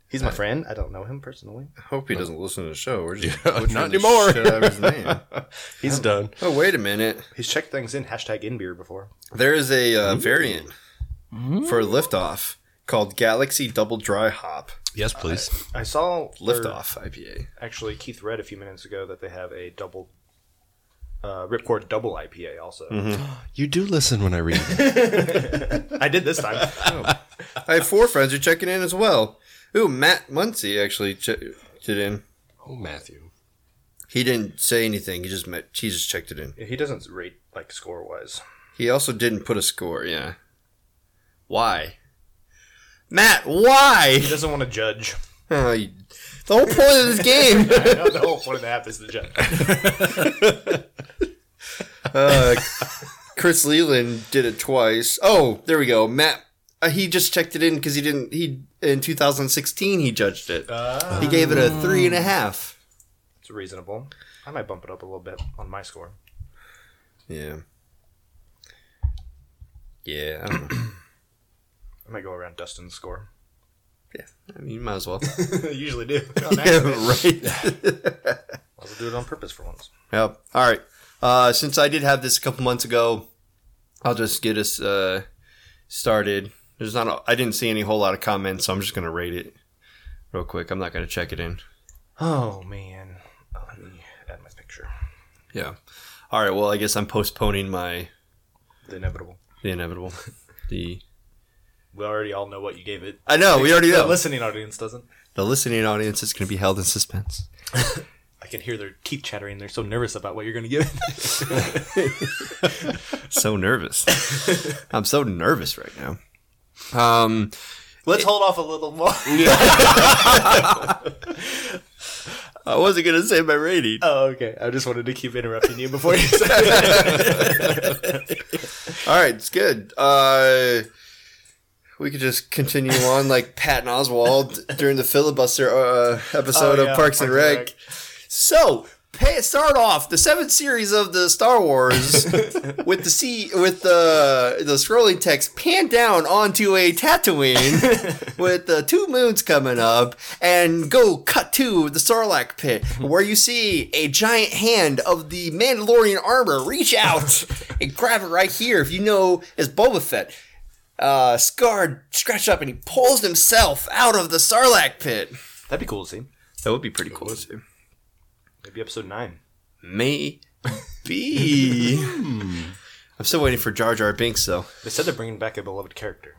S4: He's my friend. I don't know him personally.
S2: I hope he doesn't listen to the show. We're
S5: [laughs]
S2: just
S5: not anymore. [laughs]
S2: He's
S5: done.
S2: Oh wait a minute.
S4: He's checked things in hashtag in beer before.
S2: There is a uh, variant for liftoff called Galaxy Double Dry Hop
S5: yes, please.
S4: I saw or
S2: Liftoff IPA.
S4: Actually, Keith read a few minutes ago that they have a double uh, Ripcord double IPA also.
S5: You do listen when I read.
S4: I did this time. [laughs] Oh.
S2: I have four friends who are checking in as well. Ooh, Matt Muncie actually che- checked it in.
S5: [laughs] oh, Matthew.
S2: He didn't say anything. He just met. He just checked it in.
S4: he doesn't rate like score wise.
S2: He also didn't put a score. Yeah. Why? Matt, why? [laughs]
S4: He doesn't want to judge.
S2: Oh, you- the whole point of this game. [laughs]
S4: I know the whole point of the app is to judge.
S2: Uh, Chris Leland did it twice. Oh, there we go. Matt, uh, he just checked it in because he didn't. He in 2016 he judged it. he gave it a three and a half.
S4: It's reasonable. I might bump it up a little bit on my score.
S2: Yeah. Yeah, I don't know.
S4: I might go around Dustin's score.
S2: yeah, I mean, you might as well.
S4: I [laughs] usually [laughs] do.
S2: yeah, right.
S4: I'll do it on purpose for once.
S2: [laughs] Yep. All right. Uh, since I did have this a couple months ago, I'll just get us uh, started. There's not. A, I didn't see any whole lot of comments, so I'm just gonna rate it real quick. I'm not gonna check it in.
S4: Oh man, let me add my picture.
S2: Yeah. All right. Well, I guess I'm postponing my
S4: The inevitable.
S2: the inevitable. The
S4: We already all know what you gave it.
S2: I know we already
S4: The
S2: know.
S4: listening audience doesn't.
S2: the listening audience is going to be held in suspense.
S4: I can hear their teeth chattering. They're so nervous about what you're going to give.
S2: So
S4: [laughs]
S2: nervous. I'm so nervous right now. Um.
S4: [laughs] Let's hold off a little more.
S2: I wasn't gonna say my rating.
S4: [laughs] Oh, okay. I just wanted to keep interrupting you before you said it.
S2: All right, it's good. Uh, we could just
S4: [laughs]
S2: continue on like Patton Oswald during the filibuster uh, episode
S4: Oh,
S2: of
S4: yeah,
S2: Parks and
S4: Parks and
S2: Rec. So, pay, start off the seventh series of the Star Wars
S4: [laughs]
S2: with the sea with the the scrolling text pan down onto a
S4: [laughs]
S2: Tatooine with the two moons coming up, and go cut to the Sarlacc [laughs] pit where you see a giant hand of the Mandalorian armor reach [laughs] out and grab it right here. If you know as Boba Fett uh, scarred, scratched up, and he pulls himself out of the Sarlacc pit.
S4: [laughs] That'd be cool to see.
S2: That would be pretty cool to see.
S4: Maybe episode nine.
S2: Maybe. Hmm. I'm still waiting for Jar Jar Binks, though.
S4: They said they're bringing back a beloved character.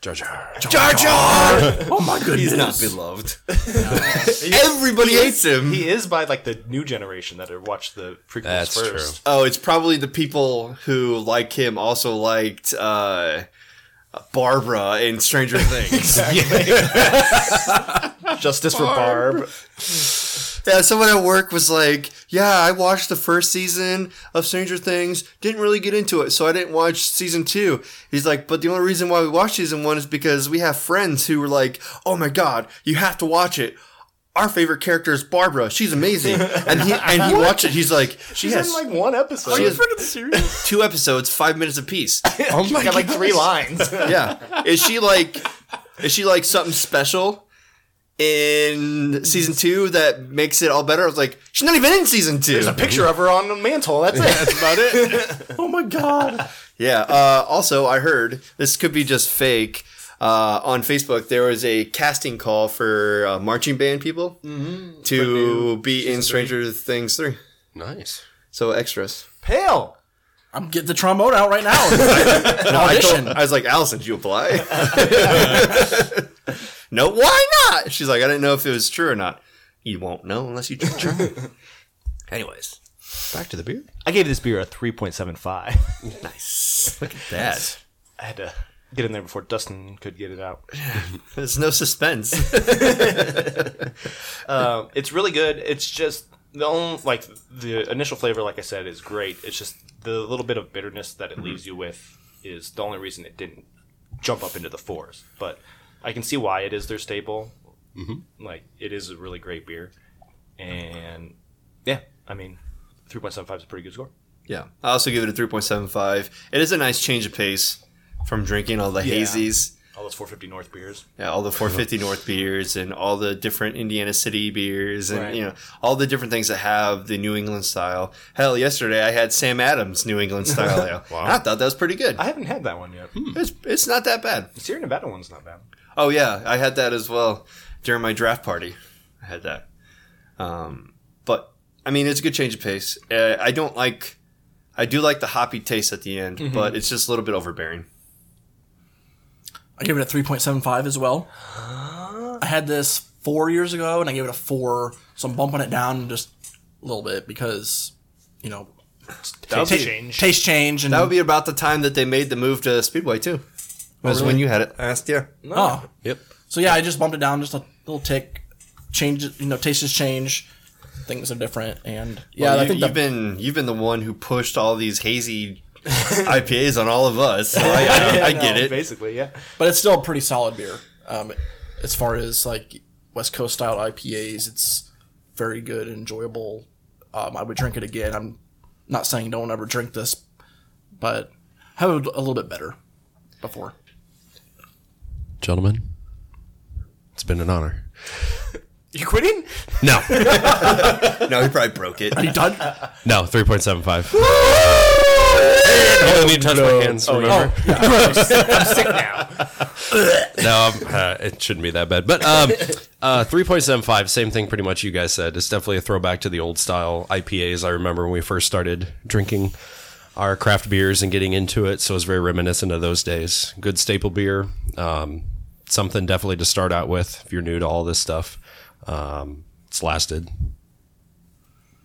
S5: Jar Jar.
S2: Jar Jar!
S3: Oh my goodness.
S2: He's not beloved. [laughs] Everybody hates him.
S4: He is by like the new generation that have watched the prequels
S5: That's
S4: first.
S2: Oh, it's probably the people who, like him, also liked uh, Barbara in
S4: [laughs]
S2: Stranger Things.
S4: Justice for Barb.
S2: Yeah, someone at work was like, "Yeah, I watched the first season of Stranger Things. Didn't really get into it, so I didn't watch season two. He's like, "But the only reason why we watched season one is because we have friends who were like, "Oh my god, you have to watch it." Our favorite character is Barbara. She's
S4: [laughs]
S2: amazing." And he and he watched it. He's like, "She
S4: She's
S2: has
S4: in like one episode.
S2: she
S4: She's
S2: has two episodes, five minutes apiece."
S5: Oh my
S4: got like three lines.
S2: [laughs] yeah. Is she like is she like something special in season two that makes it all better? I was like, she's not even in season two.
S4: There's a picture of her on the mantle. That's it.
S2: about it.
S3: Oh my god.
S2: yeah. Uh, also, I heard this could be just fake. Uh, on Facebook, there was a casting call for uh, marching band people
S4: Mm-hmm.
S2: to be in Stranger Things three.
S5: Nice.
S2: So extras.
S4: Pale.
S3: I'm getting the trombone out
S2: [laughs]
S3: right now.
S2: No, I, told,
S3: Audition.
S2: I was like, Allison, did you apply? [laughs] no, why not? She's like, I didn't know if it was true or not. You won't know unless you try. Anyways,
S5: Back to the beer.
S4: I gave this beer a 3.75.
S2: nice. Look at that.
S4: I had to get in there before Dustin could get it out.
S2: There's no suspense.
S4: Um, it's really good. It's just the only like
S2: Mm-hmm.
S4: the initial flavor, like I said, is great. It's just the little bit of bitterness that it leaves you with is the only reason it didn't jump up into the fours. But I can see why it is their staple.
S2: Mm-hmm.
S4: Like it is a really great beer, and yeah, I mean, three point seven five is a pretty good score.
S2: Yeah. I also give it a 3.75. It is a nice change of pace from drinking all the
S4: Yeah.
S2: hazies,
S4: All those four fifty North beers.
S2: yeah, all the 450 North beers, and all the different Indiana City beers, and
S4: Right.
S2: you know all the different things that have the New England style. Hell, yesterday I had Sam Adams New England style
S4: [laughs]
S2: ale. And I thought that was pretty good.
S4: I haven't had that one yet.
S2: It's it's not that bad.
S4: The Sierra Nevada one's not bad.
S2: Oh yeah, I had that as well during my draft party. I had that. Um, but I mean, it's a good change of pace. Uh, I don't like. I do like the hoppy taste at the end, but it's just a little bit overbearing.
S3: I give it a 3.75 as well. I had this four years ago and I gave it a four, so I'm bumping it down just a little bit because, you know, ta-
S4: That
S3: taste change and
S2: That would be about the time that they made the move to Speedway too. Was when you had it last year.
S3: oh.
S5: Yep.
S3: So yeah, I just bumped it down just a little tick. Change, you know, tastes change, things are different, and yeah,
S2: Well,
S3: I
S2: you,
S3: think
S2: you've
S3: that,
S2: been you've been the one who pushed all these hazy IPAs on all of us. So I, I, [laughs] I get it.
S4: Basically, yeah.
S3: but it's still a pretty solid beer. Um, as far as like West Coast style IPAs, it's very good, and enjoyable. Um, I would drink it again. I'm not saying don't ever drink this, but have it a little bit better before.
S5: Gentlemen, it's been an honor.
S4: You quitting?
S5: [laughs] No,
S2: No, he probably broke it.
S3: Are you done?
S5: no, 3.75. I only need to touch my hands, remember? [laughs] no, I'm, uh, it shouldn't be that bad. But um, uh, 3.75, same thing pretty much you guys said. It's definitely a throwback to the old style IPAs. I remember when we first started drinking our craft beers and getting into it. So it's very reminiscent of those days. Good staple beer. Um, something definitely to start out with if you're new to all this stuff. Um, it's lasted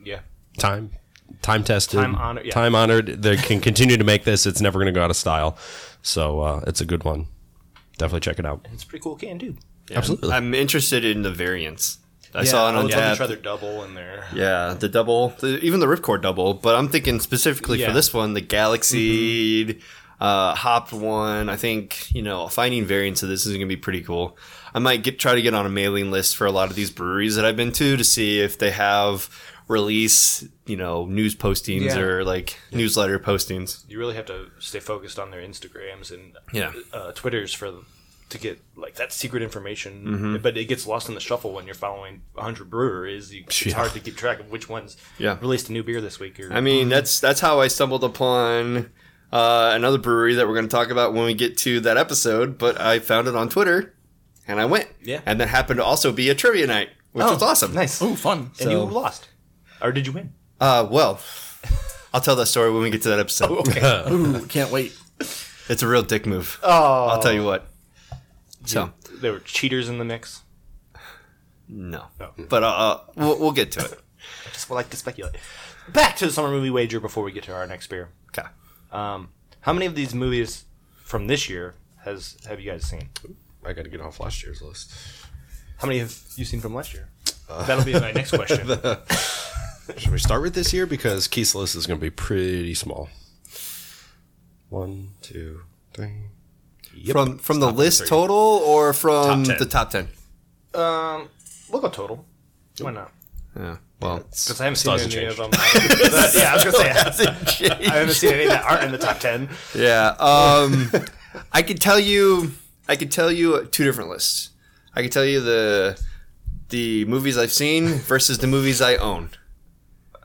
S4: Yeah.
S5: time time tested
S4: Time honor- yeah.
S5: time honored they can continue to make this it's never going to go out of style so uh, it's a good one definitely check it out
S4: It's a pretty cool can too.
S5: absolutely
S2: I'm interested in the variants. I
S4: Yeah,
S2: saw it on
S4: I would love to
S2: tap.
S4: try their double in there.
S2: Yeah, the double, the, even the ripcord double. But I'm thinking specifically
S4: Yeah. Mm-hmm.
S2: for this one, the Galaxy uh, hopped one. I think you know finding variants of this is going to be pretty cool. I might get try to get on a mailing list for a lot of these breweries that I've been to to see if they have release you know news postings
S4: Yeah.
S2: or like newsletter postings.
S4: You really have to stay focused on their Instagrams and
S2: Yeah.
S4: uh, Twitters for to get like that secret information.
S2: Mm-hmm.
S4: But it gets lost in the shuffle when you're following 100 breweries. You, it's hard to keep track of which ones
S2: Yeah.
S4: released a new beer this week. Or,
S2: I mean, that's that's how I stumbled upon uh, another brewery that we're going to talk about when we get to that episode. But I found it on Twitter, and I went.
S4: Yeah.
S2: and that happened to also be a trivia night, which was awesome.
S4: Nice.
S3: Ooh, fun.
S4: And you lost, or did you win?
S2: Uh, well, [laughs] I'll tell that story when we get to that episode.
S6: [laughs]
S3: Ooh, can't wait.
S2: It's a real dick move. Oh, I'll tell you what. So
S4: There were cheaters in the mix.
S2: no, but uh, uh, we'll, we'll get to it.
S4: Just like to speculate. Back to the summer movie wager before we get to our next beer.
S2: Okay.
S4: Um, how many of these movies from this year has have you guys seen?
S5: i gotta get off last year's list
S4: How many have you seen from last year?
S2: Uh,
S4: That'll be my
S2: [laughs]
S4: next question.
S5: should we start with this year because keith's list is going to be pretty small one two three
S2: From from the list total or from
S5: Top 10.
S2: the top ten?
S4: um, we'll go total. Why not?
S2: Yeah. Well, [laughs]
S4: Because I haven't
S5: Still
S4: seen any
S5: hasn't
S4: of them. But, yeah, I was gonna say [laughs] I haven't seen any that aren't in the top ten.
S2: Yeah. Um, I could tell you. I could tell you two different lists. I could tell you the the movies I've seen versus the movies I own.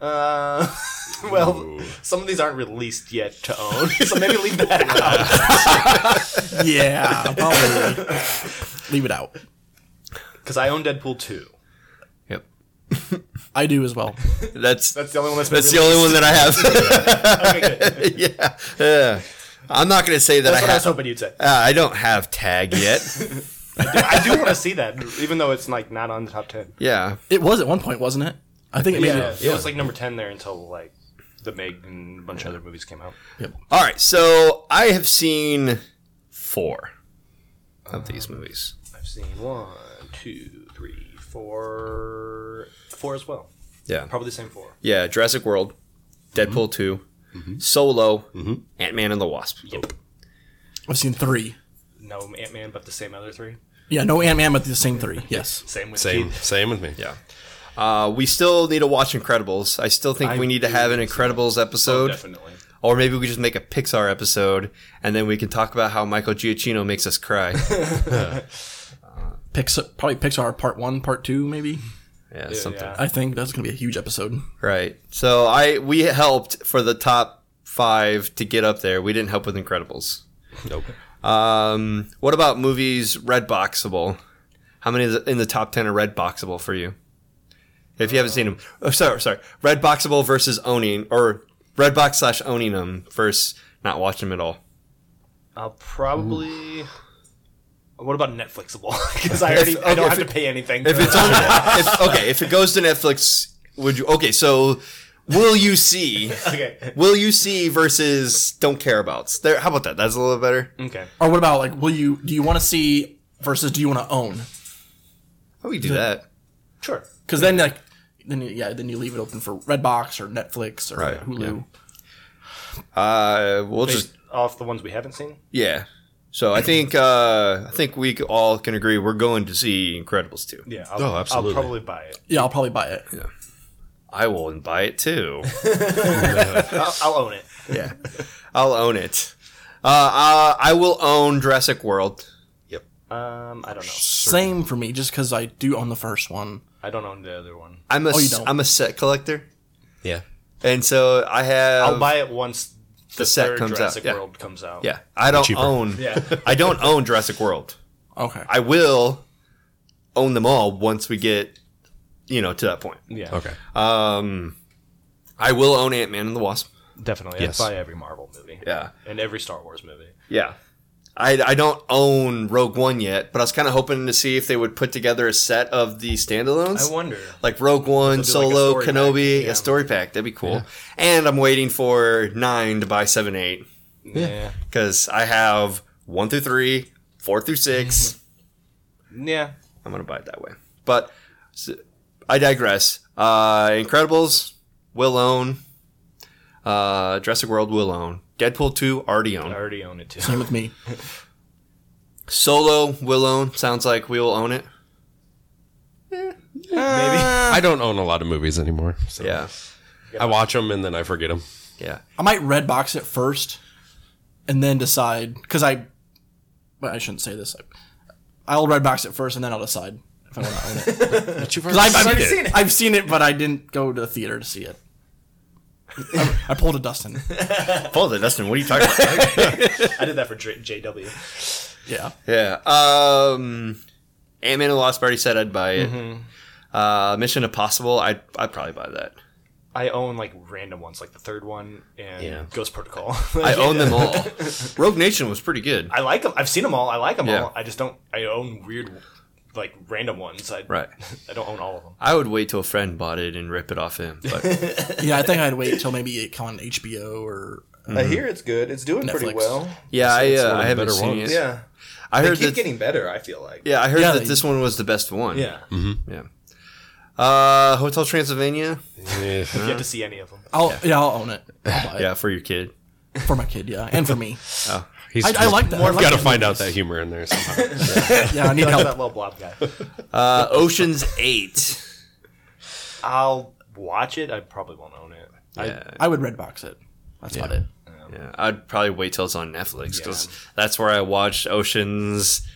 S4: Uh, [laughs] well, some of these aren't released yet to [laughs] own, so maybe leave that
S3: [laughs]
S4: out.
S3: Yeah, probably. Leave it out.
S4: Because I own Deadpool two.
S2: Yep.
S3: I do as well.
S2: That's
S4: That's the only one that's been
S2: that's the only one that I
S4: only. Okay, good.
S2: have. [laughs] yeah. Yeah. I'm not gonna say that
S4: That's
S2: I
S4: what I [laughs] was
S2: have.
S4: hoping you'd say.
S2: Uh, I don't have tag yet.
S4: I do want to see that, even though it's like not on the top ten.
S2: yeah.
S3: It was at one point, wasn't it? I think it made
S4: Yeah,
S3: it.
S4: it was like number ten there until like the Meg and a bunch of other movies came out.
S2: All right. So I have seen four of these movies.
S4: I've seen one, two, three, four, four as well.
S2: Yeah.
S4: Probably the same four.
S2: Yeah, Mm-hmm. Jurassic World, Deadpool 2, Solo, Ant Man and the Wasp.
S4: Yep.
S3: I've seen three.
S4: No Ant Man, but the same other three.
S3: Yeah, no Ant Man, but the same three. Yes.
S4: Same with
S5: Same,
S4: Same.
S5: same with me. Yeah.
S2: Uh, we still need to watch Incredibles. I still think we need to Oh, have an Incredibles episode.
S4: Definitely.
S2: Or maybe we just make a Pixar episode and then we can talk about how Michael Giacchino makes us cry. [laughs]
S3: Pixar, probably Pixar part one, part two, maybe.
S2: Yeah, something.
S4: Yeah.
S3: I think that's going to be a huge episode.
S2: Right. So I we helped for the top five to get up there. We didn't help with Incredibles.
S5: Nope.
S2: Um, what about movies red boxable? How many is in the top ten are red boxable for you? If you haven't seen them, oh, sorry, sorry. Red boxable versus owning, or red box slash owning them versus not watching them at all.
S4: I'll probably. What about
S2: [laughs]
S4: Netflixable? [laughs] Because I already I
S2: okay,
S4: don't
S2: if
S4: have to pay anything.
S2: If it's on, if, okay, if it goes to Netflix, would you? Okay, so will you see?
S4: [laughs] okay.
S2: Will you see versus don't care about? There, how about that? That's a little better.
S4: Okay.
S3: Or what about like, will you? Do you want to see versus do you want to own?
S2: How we do that?
S4: Sure.
S3: Because then like, then you, yeah, then you leave it open for Redbox or Netflix or
S2: Right,
S3: Hulu.
S2: Uh, we'll just
S4: Just off the ones we haven't seen.
S2: yeah. So I think uh, I think we c- all can agree we're going to see Incredibles two.
S4: Yeah. I'll,
S5: Oh, absolutely.
S4: I'll probably buy it.
S3: Yeah, I'll probably buy it.
S2: I will and buy it too.
S4: I'll, I'll own it.
S2: yeah, I'll own it. Uh, uh, I will own Jurassic World.
S4: Um, I don't know.
S3: Same for me, just because I do own the first one.
S4: I don't own the other one.
S2: I'm a
S3: Oh, you
S2: s-
S3: don't.
S2: I'm a set collector,
S5: Yeah.
S2: and so I have.
S4: I'll buy it once the,
S2: set
S4: third
S2: comes out,
S4: Jurassic
S2: yeah.
S4: World comes out.
S2: Yeah, I don't
S5: Cheaper.
S2: own.
S4: Yeah.
S2: [laughs] I don't own Jurassic World.
S3: Okay.
S2: I will own them all once we get, you know, to that point.
S4: Yeah.
S5: Okay.
S2: Um, I will own Ant Man and the Wasp.
S4: Definitely.
S5: Yes.
S4: I'd buy every Marvel movie.
S2: Yeah.
S4: And every Star Wars movie.
S2: Yeah. I, I don't own Rogue One yet, but I was kind of hoping to see if they would put together a set of the standalones.
S4: I wonder.
S2: like Rogue One,
S4: do like a
S2: Solo,
S4: story pack,
S2: Kenobi,
S4: yeah.
S2: a story pack. That'd be cool. And I'm waiting for 9 to buy 7 8
S4: Yeah.
S2: because I have 1 through 3, 4 through
S4: [laughs]
S2: 6.
S4: Yeah.
S2: I'm gonna buy it that way. But s- I digress. Uh, Incredibles will own. Uh, Jurassic World will own. Deadpool two already
S4: I
S2: own.
S4: already own it too.
S3: Same with me.
S2: Solo will own. Sounds like we will own it.
S5: I don't own a lot of movies anymore. So
S2: Yeah,
S5: I watch them and then I forget [laughs] them.
S2: yeah.
S3: I might red box it first, and then decide because I, well, I shouldn't say this. I, I'll red box it first, and then I'll decide if I want to own it. 'Cause [laughs] I've, I've, I've seen it. I've seen it, but I didn't go to the theater to see it. I, I pulled a Dustin.
S2: Follow the Dustin. What are you talking about?
S4: [laughs] I did that for J- JW.
S3: Yeah,
S2: [laughs] yeah. Um, Ant Man and the Lost Party said I'd buy it. Uh, Mission Impossible. I'd I'd probably buy that.
S4: I own like random ones, like the third one and
S5: Yeah.
S4: Ghost Protocol. [laughs]
S2: I own them all. Rogue Nation was pretty good.
S4: I like them. I've seen them all. I like them
S2: Yeah.
S4: all. I just don't. I own weird, like random ones. I,
S2: Right.
S4: [laughs] I don't own all of them.
S2: I would wait till a friend bought it and rip it off him. But
S3: yeah. I think I'd wait till maybe it come on HBO or
S7: I hear it's good. It's doing pretty
S3: Netflix.
S7: well.
S2: yeah, I,
S5: It's one
S2: uh,
S5: of the
S2: I haven't
S5: better
S2: seen
S5: ones.
S2: it.
S7: Yeah,
S2: I
S7: they
S2: heard
S7: keep
S2: that
S7: getting better. I feel like.
S2: Yeah, I heard
S3: Yeah,
S2: that
S3: they-
S2: this one was the best one.
S4: Yeah.
S2: Uh, Hotel Transylvania.
S4: If you have to see any of them.
S3: I'll yeah, I'll own it. I'll buy it
S2: Yeah, for your kid.
S3: for my kid. Yeah, and for me.
S5: He's
S3: I, I like that. I like
S5: Got to
S3: that.
S5: find out that humor in there somehow.
S3: Yeah, I need
S4: That's
S3: help.
S4: [laughs] that little blob guy.
S2: Uh, Ocean's Eight.
S4: I'll watch it. I probably won't own it.
S2: Yeah,
S3: I would red box it. That's about it.
S2: yeah, I'd probably wait till it's on Netflix because that's where I watched Ocean's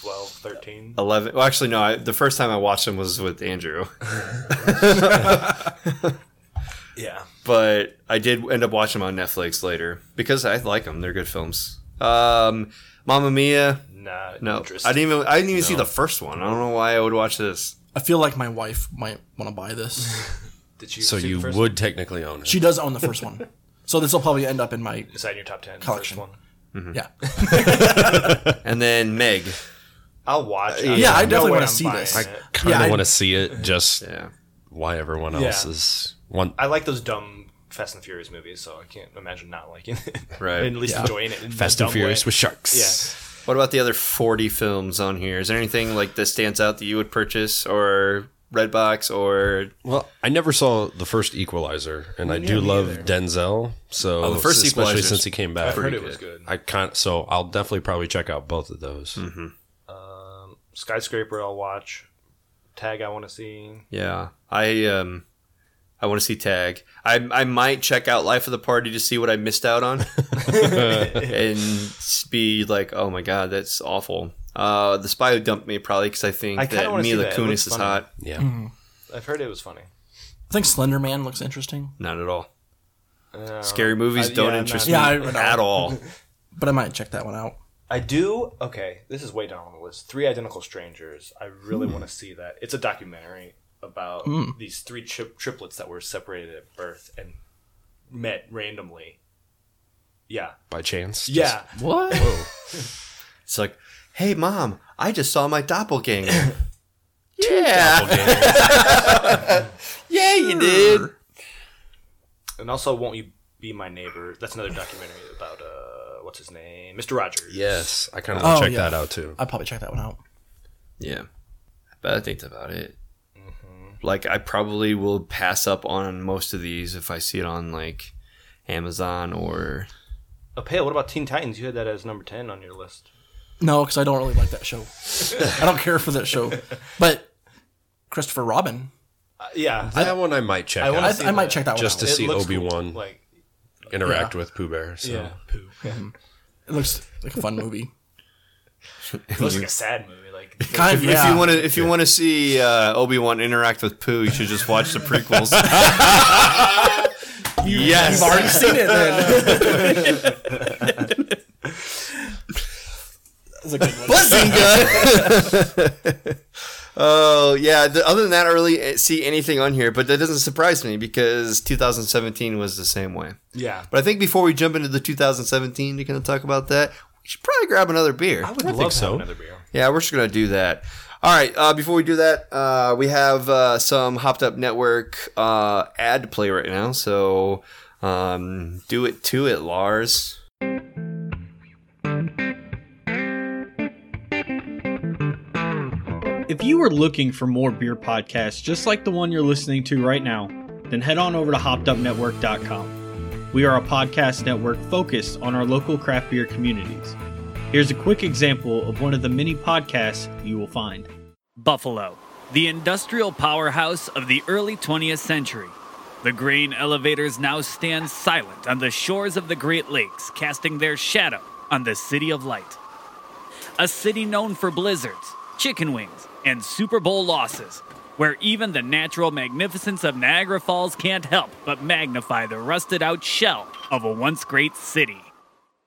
S4: 12, 13.
S2: Eleven. Well, actually, no. I, the first time I watched them was with Andrew, [laughs]
S4: Yeah.
S2: but I did end up watching them on Netflix later because I like them. They're good films. Um, Mamma Mia.
S4: Nah.
S2: No,
S4: interest.
S2: I didn't even. I didn't even see the first one. I don't know why I would watch this.
S3: I feel like my wife might want to buy this.
S4: Did you
S5: so
S4: see the
S5: you
S4: first
S5: would technically own it.
S3: She does own the first one, so this will probably end up in my
S4: One? Is that in your top 10? the
S3: Collection.
S4: First one.
S2: Mm-hmm.
S3: yeah.
S2: And then Meg.
S4: I'll watch it.
S3: Yeah, I
S4: There's
S3: definitely
S4: way
S3: wanna
S4: I'm
S3: see
S4: buying
S3: this.
S4: it.
S5: kind
S3: Yeah,
S5: of
S3: I-
S5: want to see it just
S2: Yeah.
S5: why everyone
S4: Yeah.
S5: else is one
S4: I like those dumb Fast and Furious movies, so I can't imagine not liking it. [laughs]
S2: Right.
S4: at least enjoying it. In
S5: Fast and Furious with sharks.
S4: Yeah.
S2: What about the other 40 films on here? Is there anything like that stands out that you would purchase or Redbox or
S5: Well, I never saw the first Equalizer, and I do love Denzel. So
S2: Oh, the first
S5: especially
S2: Equalizer's
S5: since he came back,
S4: I've heard it was good. Mm-hmm.
S5: I can't. So I'll definitely probably check out both of those.
S4: Skyscraper, I'll watch. Tag, I want to see.
S2: Yeah, I um, I want to see Tag. I I might check out Life of the Party to see what I missed out
S4: [laughs]
S2: on, and be like, oh my god, that's awful. Uh, the Spy Who Dumped Me probably because I think
S4: I kinda
S2: that
S4: wanna see
S2: Mila
S4: that. It
S2: Kunis
S4: looks
S2: is
S4: funny.
S2: hot.
S5: Yeah,
S4: I've heard it was funny.
S3: I think Slender Man looks interesting,
S2: Not at all.
S4: Uh,
S2: Scary movies
S4: I-
S2: don't
S4: yeah, I'm
S2: interest
S3: not-
S2: me
S3: Yeah, I-
S2: at all.
S3: but I might check that one out.
S4: I do. Okay, this is way down on the list. Three Identical Strangers. I really want to see that. It's a documentary about these three tri- triplets that were separated at birth and met randomly. Yeah.
S5: by chance.
S4: Yeah.
S3: What?
S2: It's like, hey mom, I just saw my
S4: [laughs]
S2: doppelganger. yeah, [laughs] yeah, you did.
S4: And also, Won't You Be My Neighbor? That's another documentary about, uh, what's his name? Mr. Rogers.
S5: Yes, I kind of
S3: Oh,
S5: want to check
S3: yeah.
S5: that out too.
S3: I'd probably check that one out.
S2: Yeah. But I think that's about it. Like, I probably will pass up on most of these if I see it on, like, Amazon or.
S4: Oh, Pale, what about Teen Titans? You had that as number 10 on your list.
S3: No, because I don't really like that show. I don't care for that show. But Christopher Robin,
S4: Uh, yeah.
S5: That one I might check.
S4: wanna
S5: out
S3: I,
S4: see
S3: I might
S4: that.
S3: check that
S5: just
S3: one
S5: to
S3: out.
S5: see
S4: looks
S5: Obi Wan
S4: Like,
S5: interact with Pooh Bear. So.
S4: yeah. Poo.
S3: it looks like a fun movie.
S4: It looks like a sad movie. Like,
S3: Kind of,
S2: If
S3: yeah.
S2: you want to, if you want to see uh, Obi Wan interact with Pooh, you should just watch the [laughs] prequels. yes, [laughs]
S3: I've already seen it. Then. That's a good one.
S2: [laughs] Oh yeah. The, other than that, I really eh, see anything on here, but that doesn't surprise me because 2017 was the same way.
S4: yeah.
S2: But I think before we jump into the 2017 to kind of talk about that, we should probably grab another beer.
S4: I would love to have another beer.
S2: Yeah, we're just gonna do that. All right. Uh, before we do that, uh, we have uh, some Hopped Up Network uh, ad play right now. So um, do it to it, Lars.
S8: If you are looking for more beer podcasts just like the one you're listening to right now, then head on over to hoppedupnetwork.com. We are a podcast network focused on our local craft beer communities. Here's a quick example of one of the many podcasts you will find.
S9: Buffalo, the industrial powerhouse of the early 20th century. The grain elevators now stand silent on the shores of the Great Lakes, casting their shadow on the City of Light. A city known for blizzards, chicken wings, and Super Bowl losses, where even the natural magnificence of Niagara Falls can't help but magnify the rusted out shell of a once great city.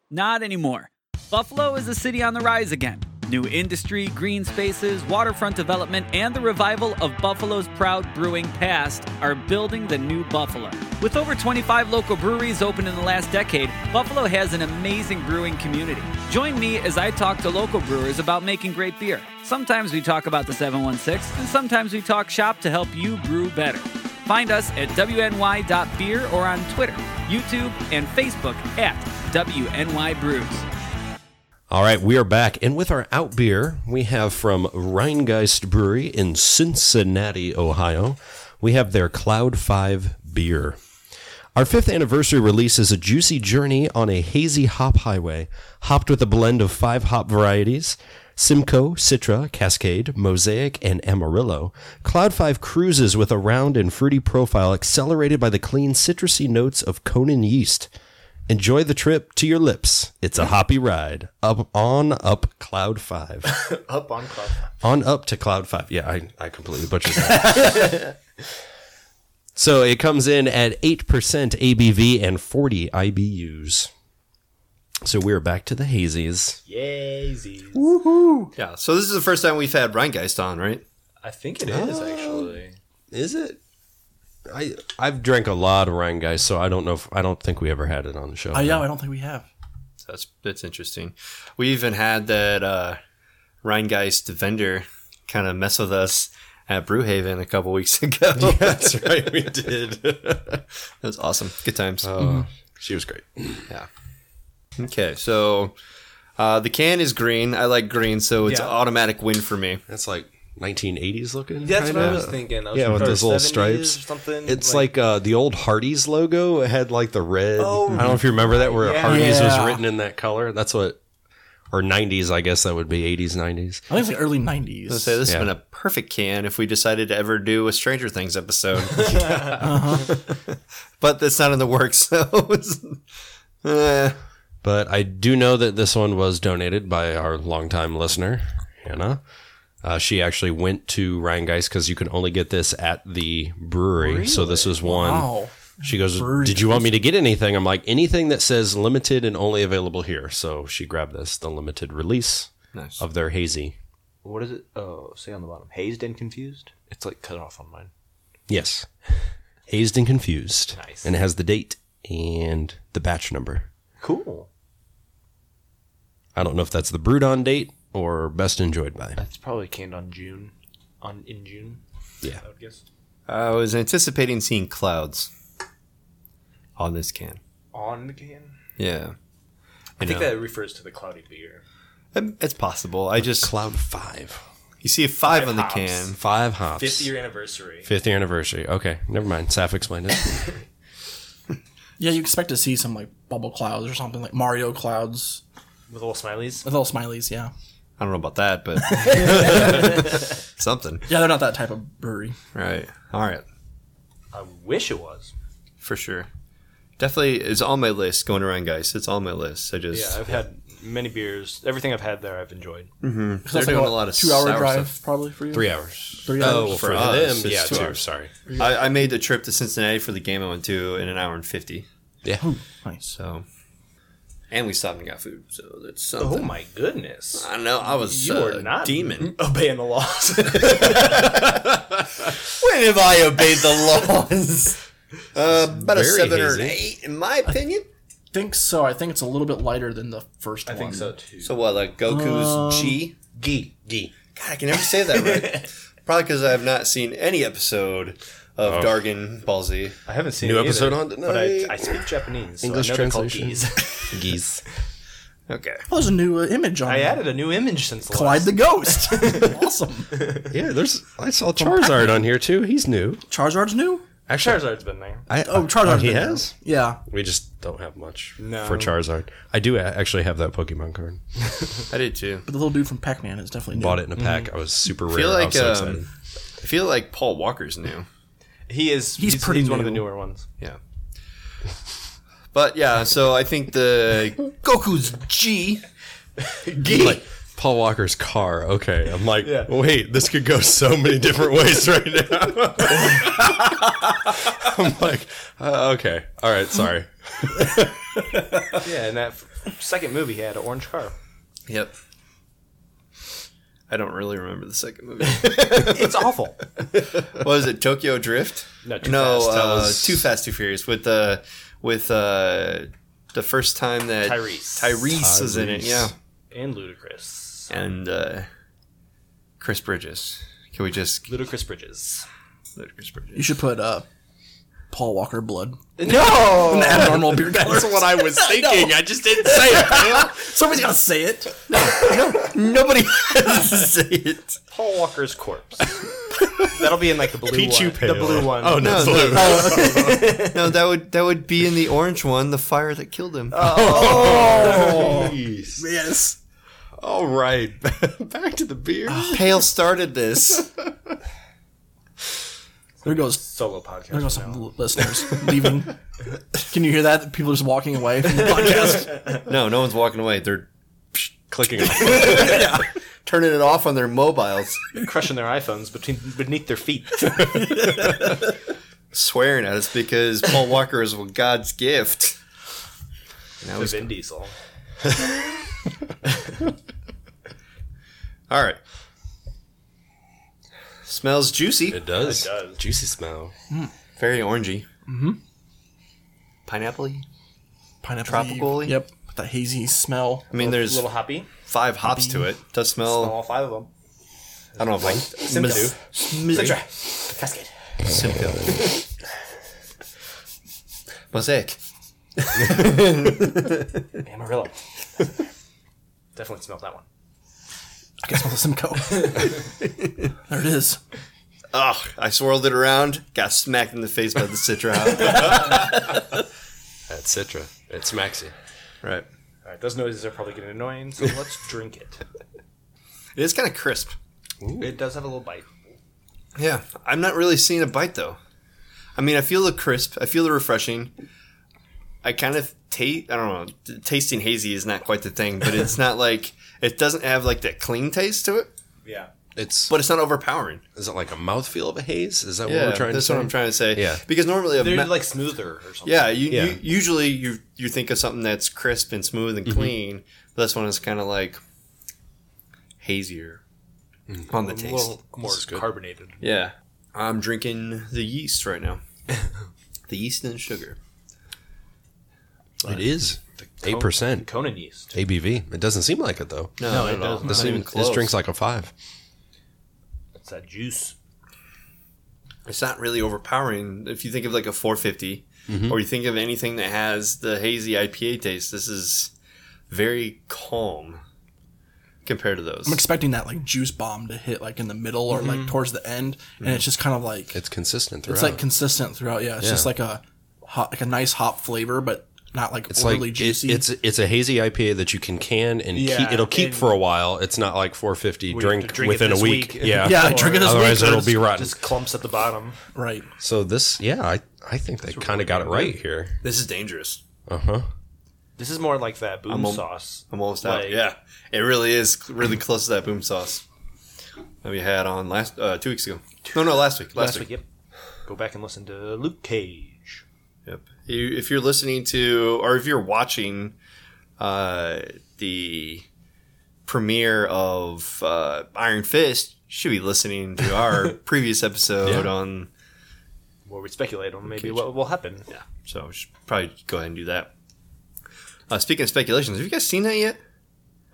S9: Not anymore. Buffalo is a city on the rise again. New industry, green spaces, waterfront development, and the revival of Buffalo's proud brewing past are building the new Buffalo. With over 25 local breweries open in the last decade, Buffalo has an amazing brewing community. Join me as I talk to local brewers about making great beer. Sometimes we talk about the 716, and sometimes we talk shop to help you brew better. Find us at WNY.beer or on Twitter, YouTube, and Facebook at WNY Brews.
S5: All right, we are back, and with our out beer, we have from Rheingeist Brewery in Cincinnati, Ohio. We have their Cloud Five beer. Our fifth anniversary release is a juicy journey on a hazy hop highway, hopped with a blend of five hop varieties Simcoe, Citra, Cascade, Mosaic, and Amarillo. Cloud 5 cruises with a round and fruity profile accelerated by the clean citrusy notes of Conan yeast. Enjoy the trip to your lips. It's a hoppy ride. Up on up Cloud [laughs] 5.
S4: Up on Club.
S5: on up to Cloud 5. Yeah, I, I completely butchered that. [laughs] so it comes in at 8% ABV and 40 IBUs. So we're back to the hazies.
S4: Yay, Z's.
S2: Yeah. So this is the first time we've had Rheingeist on, right?
S4: I think it is,
S5: Um,
S4: actually.
S5: Is it? I I've drank a lot of Rhine guys, so I don't know if I don't think we ever had it on the show.
S3: Uh,
S4: um,
S3: yeah, I don't think we have.
S2: That's that's interesting. We even had that uh, Rheingeist vendor kind of mess with us at Brewhaven a couple
S6: [laughs]
S2: weeks [laughs] ago.
S5: That's right, we did.
S2: [laughs] That was awesome. Good times.
S5: Oh, she was great.
S2: Okay, so uh, the can is green. I like green, so it's
S4: Yeah.
S2: automatic win for me.
S5: That's like 1980s looking.
S4: That's what I
S5: kinda.
S4: was thinking. I was
S5: yeah, with
S4: or
S5: those little
S4: 70s
S5: stripes.
S4: or something,
S5: It's
S4: like-
S5: like, uh, the old Hardee's logo had like the red.
S4: Oh,
S5: I don't know if you remember that, where
S4: yeah.
S5: Hardee's was
S3: Yeah.
S5: written in that color. That's what, or 90s, I guess that would be 80s, 90s.
S3: I think it's like early
S2: I was
S3: 90s.
S2: gonna say this
S5: Yeah.
S2: has been a perfect can if we decided to ever do a Stranger Things [laughs] episode. Uh-huh. [laughs] but that's not in the works, [laughs] so it's- eh.
S5: But I do know that this one was donated by our longtime listener, Hannah. Uh, she actually went to Ryan Geist because you can only get this at the brewery. So this was one.
S3: Wow.
S5: She goes,
S3: Brewery
S5: Did you want me to get anything? I'm like, Anything that says limited and only available here. So she grabbed this, the limited release
S2: Nice.
S5: of their hazy.
S4: What is it? Oh, say on the bottom, hazed and confused. It's like cut off on mine.
S5: Yes. Hazed and confused.
S4: Nice.
S5: And it has the date and the batch number.
S4: Cool.
S5: I don't know if that's the brewed on date or best enjoyed by.
S4: That's probably canned on June, on in June.
S5: Yeah.
S4: I would guess
S2: I was anticipating seeing clouds on this can.
S4: on the can.
S2: Yeah.
S4: I think
S2: know.
S4: that refers to the cloudy beer.
S2: Um, It's possible. I just
S5: Cloud 5.
S2: you see a five, on the
S4: hops.
S2: can.
S5: Five hops.
S4: Fifth year anniversary.
S5: Fifth year anniversary. Okay, never mind. Saf explained it.
S3: Yeah, you expect to see some like bubble clouds or something like Mario clouds
S4: With little smileys.
S3: with little smileys. Yeah,
S2: I don't know about that, but something.
S3: yeah, they're not that type of brewery.
S2: Right. All right.
S4: I wish it was.
S2: For sure. Definitely it's on my list going around guys. It's on my list. I
S4: Yeah,
S2: just
S4: I've had many beers. Everything I've had there, I've enjoyed.
S2: they're
S3: That's
S2: doing
S3: like
S2: a lot of
S3: two hour
S2: sour
S3: drive
S2: stuff.
S3: probably for you.
S5: Three hours.
S3: Three
S5: Oh,
S3: hours.
S5: well,
S2: for
S5: for,
S2: us,
S5: them,
S2: it's
S5: yeah,
S2: two
S5: two.
S2: hours.
S5: Sorry.
S2: I, I made the trip to Cincinnati for the game I went to in an hour and fifty.
S5: Yeah.
S3: nice.
S2: So, and we stopped and got food. So that's something.
S4: Oh my goodness!
S2: I know. I was
S4: You
S2: uh,
S4: are not
S2: demon.
S4: obeying the [laughs] laws.
S2: When have I obeyed the [laughs] laws? Uh, about a
S5: Very
S2: seven or an
S5: hazy.
S2: eight, in my opinion.
S3: think so. I think it's a little bit lighter than the first one.
S4: too.
S2: So what? Like Goku's G.
S5: Gee, gee.
S2: God, I can never say that [laughs] right. Probably because I have not seen any episode of Dargon Ball Z.
S4: I haven't seen
S5: New
S4: it either,
S5: episode on
S4: But I,
S5: tonight.
S4: I speak Japanese.
S5: English
S4: so I know they're called
S5: translation.
S4: geese.
S5: Geese.
S2: Okay.
S3: Oh, there's a new uh, image on.
S4: [laughs] I
S3: there.
S4: added a new image since the
S3: Clyde
S4: last.
S3: the [laughs] Ghost. awesome.
S5: Yeah, there's. I saw Charizard on here too. He's new.
S3: Charizard's new.
S5: Actually,
S4: Charizard's been there.
S5: I,
S3: Oh, Charizard.
S5: oh, he has.
S3: Yeah.
S5: We just don't have much
S4: No.
S5: for Charizard. I do a- actually have that Pokemon card.
S2: I did too.
S3: But the little dude from Pac-Man is definitely new.
S5: Bought it in a pack. I was super rare.
S2: feel
S5: I
S2: like,
S5: was so
S2: um,
S5: excited.
S2: I feel like Paul Walker's new.
S4: He is.
S3: He's pretty
S4: one of
S3: new.
S4: the newer ones.
S2: Yeah. But yeah, uh, so I think the Goku's G. G.
S5: Like, Paul Walker's car. Okay, I'm like,
S4: Yeah.
S5: wait, this could go so many different ways right now. [laughs] I'm like, uh, okay, all right, sorry.
S4: Yeah, and that f- second movie he had an orange car.
S2: Yep. I don't really remember the second movie. [laughs]
S4: [laughs] It's awful.
S2: what was it? Tokyo Drift?
S4: No, Too
S2: no,
S4: Fast.
S2: uh,
S4: That was-
S2: Too Fast, Too Furious with uh, with uh, the first time that
S4: Tyrese.
S2: Tyrese was in it.
S5: Tyrese.
S2: Yeah,
S4: uh, And Ludacris.
S2: and uh, Chris Bridges. Can we just
S4: Ludacris Bridges.
S2: Chris Bridges? [laughs]
S3: You should put uh, Paul Walker
S5: [laughs]
S3: blood.
S4: No!
S3: Abnormal beard color.
S5: what I
S3: [laughs]
S5: was thinking. I just didn't say
S3: Somebody's gotta say it.
S2: Nobody [laughs] has to say it.
S4: Paul Walker's corpse. That'll be in like the blue
S5: Pichu
S4: one.
S5: Pale.
S4: The blue one.
S5: Oh no, blue.
S2: No, that would that would be in the orange one, the fire that killed him.
S3: Yes.
S5: All right, back to the beer.
S2: Pale started this.
S3: There goes [laughs]
S4: Solo
S3: There
S4: podcast.
S3: goes some l- listeners leaving. Can you hear that? People just walking away from the
S5: [laughs]
S2: [laughs]
S3: podcast.
S2: No, no one's walking away. They're
S5: Clicking.
S2: turning it off on their mobiles,
S4: Crushing their iPhones between beneath their feet.
S2: swearing at us because Paul Walker is God's gift. That was
S4: Vin Diesel.
S2: All right. Smells juicy.
S5: It
S4: [laughs]
S5: does.
S4: It does.
S5: Juicy smell.
S2: Very orangey. Mm-hmm. Pineapple
S3: Pineapple.
S2: Tropical-y?
S3: Yep. With that hazy smell.
S2: I mean,
S4: A
S2: there's
S4: little hoppy.
S2: five hops to it. Does smell.
S4: All five of them.
S2: I don't know if like
S4: Simcoe.
S2: Simcoe.
S4: Cascade. [laughs]
S2: Simcoe. [laughs] Mosaic.
S4: Amarillo. Definitely smelled that one.
S3: I guess I'll let some
S5: [laughs]
S3: go. there it is.
S2: Ugh, I swirled it around, got smacked in the face by the [laughs] citra.
S6: That's Citra. It's Maxi.
S2: right.
S4: All right, those noises are probably getting annoying, so [laughs] let's drink it.
S2: It is kind of crisp.
S4: It does have a little bite.
S2: Yeah, I'm not really seeing a bite though. I mean, I feel the crisp. I feel the refreshing. I kind of taste. I don't know. t- Tasting hazy is not quite the thing, but
S6: [laughs]
S2: it's not like it doesn't have like that clean taste to it.
S4: Yeah.
S6: It's
S2: But it's not overpowering.
S6: is it like a mouthfeel of a haze? Is that
S2: Yeah,
S6: what we're trying
S2: that's
S6: to say?
S2: what I'm trying to say.
S6: Yeah.
S2: because normally a
S4: They're
S2: ma-
S4: like smoother or something.
S2: yeah, you,
S6: Yeah.
S2: you usually you you think of something that's crisp and smooth
S6: Mm-hmm.
S2: and clean. But this one is kind of like hazier
S6: Mm.
S2: on the
S4: A
S2: taste.
S4: little more carbonated.
S2: Yeah. I'm drinking the yeast right now. [laughs] the yeast and sugar.
S5: It is eight percent
S4: Conan yeast.
S5: ABV. It doesn't seem like it though.
S2: No,
S4: No,
S2: no,
S4: it doesn't.
S5: This,
S2: Not even
S5: even- this
S2: close.
S5: drink's like a five.
S4: It's that juice.
S2: It's not really overpowering. If you think of like a 450, or you think of anything that has the hazy IPA taste, this is very calm compared to those.
S3: I'm expecting that like juice bomb to hit like in the middle or
S5: Mm-hmm.
S3: like towards the end, and it's just kind of like
S5: It's consistent throughout.
S3: it's like consistent throughout. Yeah, it's just like a hot, like a nice hop flavor, but not like
S5: It's
S3: overly
S5: like it-
S3: juicy.
S5: it's it's a hazy IPA that you can can and
S4: Yeah,
S5: keep, it'll keep
S4: and-
S5: for a while. It's not like
S4: We
S5: 450
S4: have to
S5: drink,
S4: drink it
S5: within a
S4: this
S5: week.
S4: week. [laughs]
S5: Yeah,
S3: yeah, I drink it as
S5: Otherwise,
S3: well.
S5: it'll be rotten.
S4: Just clumps at the bottom.
S3: right.
S5: So this, yeah, I I think they kind of got it right here.
S2: this is dangerous.
S5: Uh huh.
S4: This is more like that boom
S2: I'm al-
S4: sauce.
S2: I'm almost
S4: Like-
S2: out. Yeah. It really is c- really close to that boom sauce that we had on last, uh, two weeks ago. No, no, last week. Last,
S4: Last week, yep. Go back and listen to Luke Cage.
S2: Yep. You, if you're listening to, or if you're watching, uh, the premiere of uh, Iron Fist, you should be listening to
S4: [laughs]
S2: our previous episode on.
S4: Where we speculate on maybe what will happen. Yeah.
S2: So we should probably go ahead and do that. Uh, speaking of speculations, have you guys seen that yet?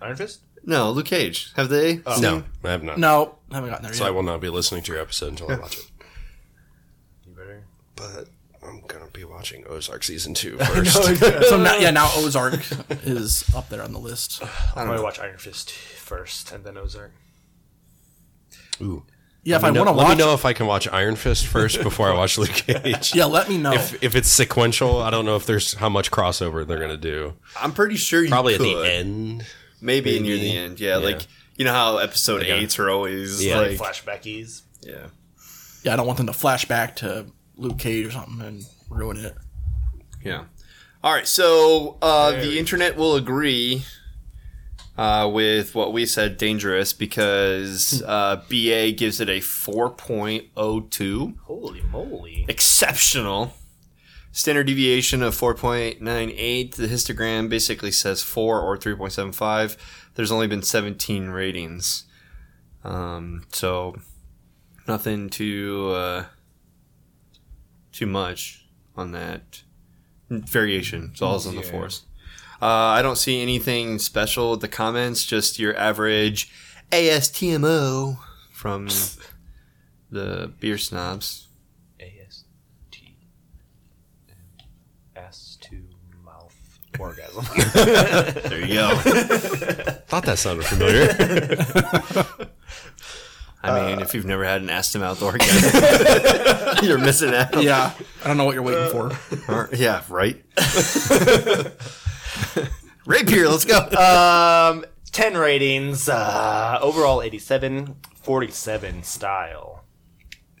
S4: Iron Fist?
S2: No, Luke Cage. Have they?
S4: Oh.
S5: No, I have not.
S3: No, haven't gotten there
S5: So I
S3: yet.
S5: will not be listening to your episode until I watch it.
S4: You better.
S5: But I'm gonna be watching Ozark season two first.
S3: so now, yeah, now Ozark is up there on the list.
S4: I'll probably watch Iron Fist first and then Ozark.
S5: Ooh.
S3: Yeah, if I
S5: Let me
S3: want to
S5: know-
S3: watch,
S5: let me know if I can watch Iron Fist first before I watch
S3: [laughs]
S5: Luke Cage.
S3: yeah, let me know.
S5: If, if it's sequential, I don't know if there's how much crossover they're gonna do.
S2: I'm pretty sure you
S5: Probably
S2: could.
S5: at the end.
S2: Maybe, near
S5: Maybe.
S2: the end. Yeah, like you know how episode eights are always
S5: Yeah.
S2: like
S4: Flashbackies.
S2: yeah.
S3: yeah, I don't want them to flash back to Luke Cage or something and ruin it.
S2: Yeah. All right. So uh, the internet will agree uh, with what we said dangerous [laughs] because uh, BA gives it a 4.02.
S4: Holy moly.
S2: Exceptional. Standard deviation of 4.98. The histogram basically says 4 or 3.75. There's only been 17 ratings. Um, so nothing too uh, too much on that variation. It's all on the force. Uh, I don't see anything special with the comments. Just your average ASTMO [laughs] from the beer snobs.
S4: AST. S to mouth orgasm.
S2: There you go.
S5: Thought that sounded familiar.
S2: I mean, if you've never had an ass to mouth orgasm, [laughs] you're missing out.
S3: Yeah, I don't know what you're waiting for.
S2: Or- yeah, right. right here, let's go. Uh,
S4: um, 10 ratings. Uh, overall 87, 47 style.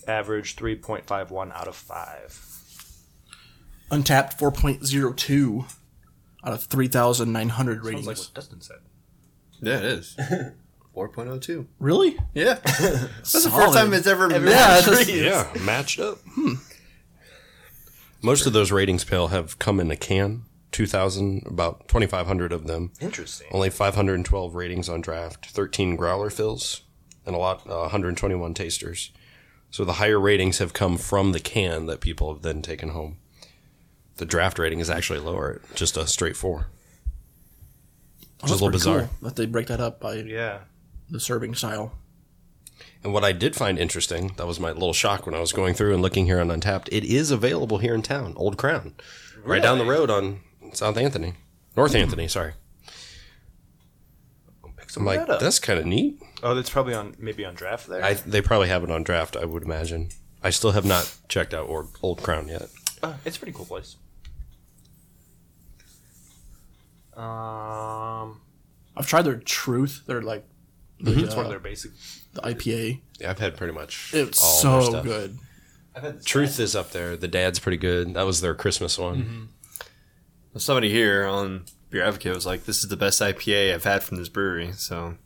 S4: Average 3.51 out of 5.
S3: Untapped 4.02 out of 3,900 ratings.
S4: Like what Dustin said.
S2: yeah, it is. 4.02.
S3: really?
S2: Yeah. That's the
S3: Solid.
S2: first time it's ever been.
S5: yeah, matched up. Hmm. Most of those ratings, pale, have come in a can. Two thousand, about twenty five hundred of them.
S4: Interesting.
S5: Only 512 ratings on draft, 13 growler fills, and a lot, uh, 121 tasters. So the higher ratings have come from the can that people have then taken home. The draft rating is actually lower, just a straight four. Which is a little
S3: Pretty
S5: bizarre.
S3: Cool that they break that up by
S4: Yeah.
S3: the serving style.
S5: And what I did find interesting, that was my little shock when I was going through and looking here on Untapped, it is available here in town, Old Crown, right down the road on South Anthony, North Anthony, sorry.
S4: Go pick
S5: I'm
S7: some
S5: like,
S7: red up.
S5: that's kind of neat.
S4: Oh, that's probably on maybe on draft there.
S5: I, they probably have it on draft, I would imagine. I still have not checked out or Old Crown yet.
S4: Uh, it's a pretty cool place. Um,
S3: I've tried their Truth. They're like uh,
S4: it's one of their basic.
S3: the IPA.
S5: Yeah, I've had pretty much
S3: It's so
S5: their stuff.
S3: good.
S5: Truth is up there. The Dad's pretty good. That was their Christmas one.
S2: Somebody here on Beer Advocate was like, "This is the best IPA I've had from this brewery." So,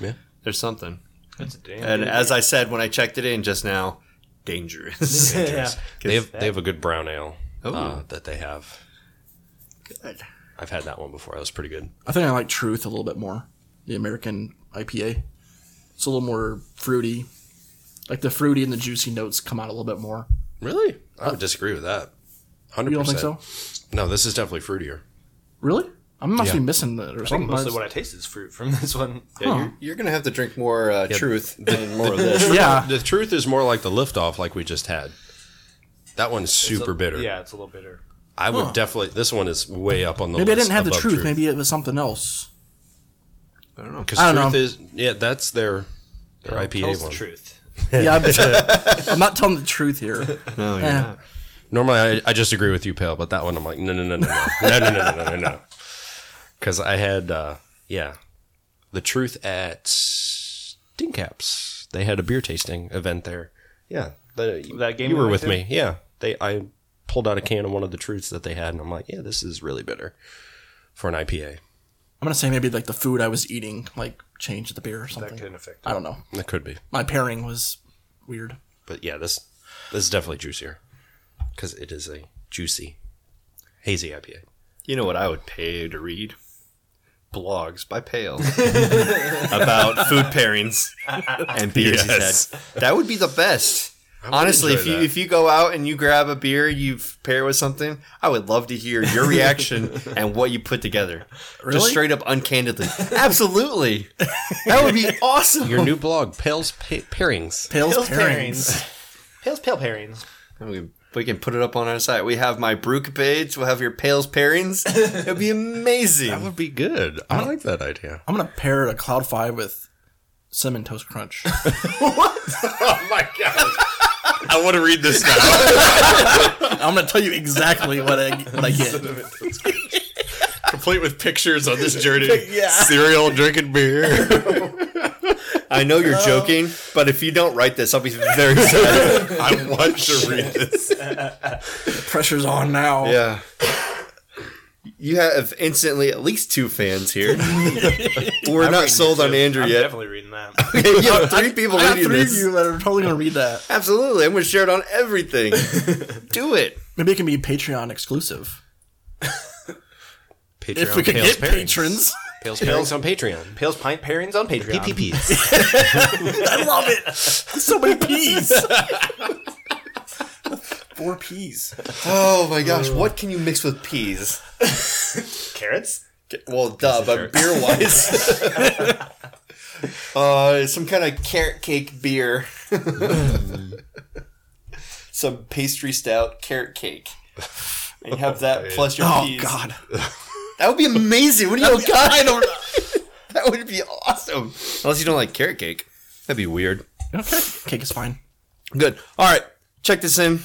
S5: Yeah.
S2: there's something.
S4: That's a damn.
S2: And as I said when I checked it in just now, dangerous.
S4: yeah.
S5: They have they have a good brown ale
S2: Ooh.
S5: uh, that they have.
S2: Good.
S5: I've had that one before. That was pretty good.
S3: I think I like Truth a little bit more. The American IPA. It's a little more fruity. Like the fruity and the juicy notes come out a little bit more.
S5: Really? I would disagree with that. 100%.
S3: You don't think so?
S5: No, this is definitely fruitier.
S3: Really? I must be missing that or
S4: I think
S3: something.
S4: mostly what I taste is fruit from [laughs] this one. Yeah,
S3: Huh.
S2: [laughs] You're gonna have to drink more uh, truth [laughs] and more of
S5: The
S2: this.
S5: truth-
S3: Yeah.
S5: The truth is more like the liftoff, like we just had. That one's super bitter.
S4: Yeah, it's a little bitter.
S5: I would definitely. This one is way up on the
S3: Maybe I
S5: list.
S3: didn't have the
S5: above
S3: truth. Maybe it was something
S4: [laughs]
S3: else.
S5: Because
S3: I
S5: truth
S3: don't know.
S5: is. Yeah, that's their, their
S4: Tell us
S5: IPA
S4: the
S5: one.
S4: truth.
S3: Yeah, I'm, I'm not telling the truth
S4: [laughs]
S3: here.
S2: No, you're
S3: Eh.
S2: not.
S5: Normally, I, I just agree with you, Pale, but that one I'm like, no, no, no, no, no, no, no, no, no, no, no, [laughs] no. Because I had, uh, yeah, the truth at Stinkaps. They had a beer tasting event there. Yeah, the,
S4: That game
S5: you were
S4: we
S5: with
S4: went
S5: me. Yeah, they. I pulled out a can of one of the truths that they had, and I'm like, yeah, this is really bitter for an IPA.
S3: I'm gonna say maybe like the food I was eating like changed the beer or something.
S4: That can affect
S3: I don't know.
S5: It could be,
S3: My pairing was weird.
S5: but yeah, this this is definitely juicier because it is a juicy, hazy IPA.
S2: You know what I would pay to read? Blogs by [laughs] Pale about food pairings and beers. he
S5: Yes.
S2: said. That would be the best. Honestly, if
S5: enjoy
S2: you
S5: that.
S2: if you go out and you grab a beer, you f- pair with something, I would love to hear [laughs] your reaction and what you put together. Just
S3: Really?
S2: straight up uncandidly. Absolutely. That would be awesome. [laughs]
S4: Oh.
S5: Your new blog, Pale's pa- Pairings.
S3: Pale's,
S4: Pale's
S3: pairings.
S4: pairings. Pale's pale pairings.
S2: And We, we can put it up on our site. We have my brew page. We'll have your pails pairings. It'll be
S5: That
S2: amazing.
S5: would be good. I like that idea.
S3: I'm gonna pair a Cloud Five with cinnamon toast crunch.
S5: Oh my god! I want to read this now.
S3: I'm gonna tell you exactly what [laughs] I what I get.
S5: Complete with pictures on this journey. yeah. Cereal, drinking beer.
S2: I know you're joking, but if you don't write this, I'll be very [laughs] sad.
S5: I want to read this.
S3: Pressure's on now.
S2: yeah. You have instantly at least two fans here. We're not sold on Andrew
S4: I'm
S2: yet.
S4: definitely
S2: [laughs]
S4: reading that.
S2: you have three people
S3: I got
S2: reading
S3: three of
S2: this.
S3: you that are totally gonna read that.
S2: Absolutely. I'm going to share it on everything. Do it.
S3: Maybe it can be Patreon exclusive
S5: Patreon,
S3: if we can
S5: Pale's
S3: get
S5: Pairings.
S3: patrons.
S5: Pale's Pairings on Patreon.
S4: Pale's pint pairings on Patreon.
S5: PPPs.
S3: [laughs] I love it. So many peas. Four peas.
S2: Oh my gosh. What can you mix with [laughs] peas?
S4: Carrots?
S2: Well, duh, but beer wise. [laughs] uh, some kind of carrot cake beer. Mm. [laughs] some pastry stout carrot cake. And you have [laughs] that plus your
S3: Oh
S2: peas.
S3: God.
S2: That would be amazing. What do you God? I [laughs] don't That would be awesome. Unless you don't like carrot cake. That'd be weird.
S3: Okay. Cake is fine.
S2: Good. All right. Check this in.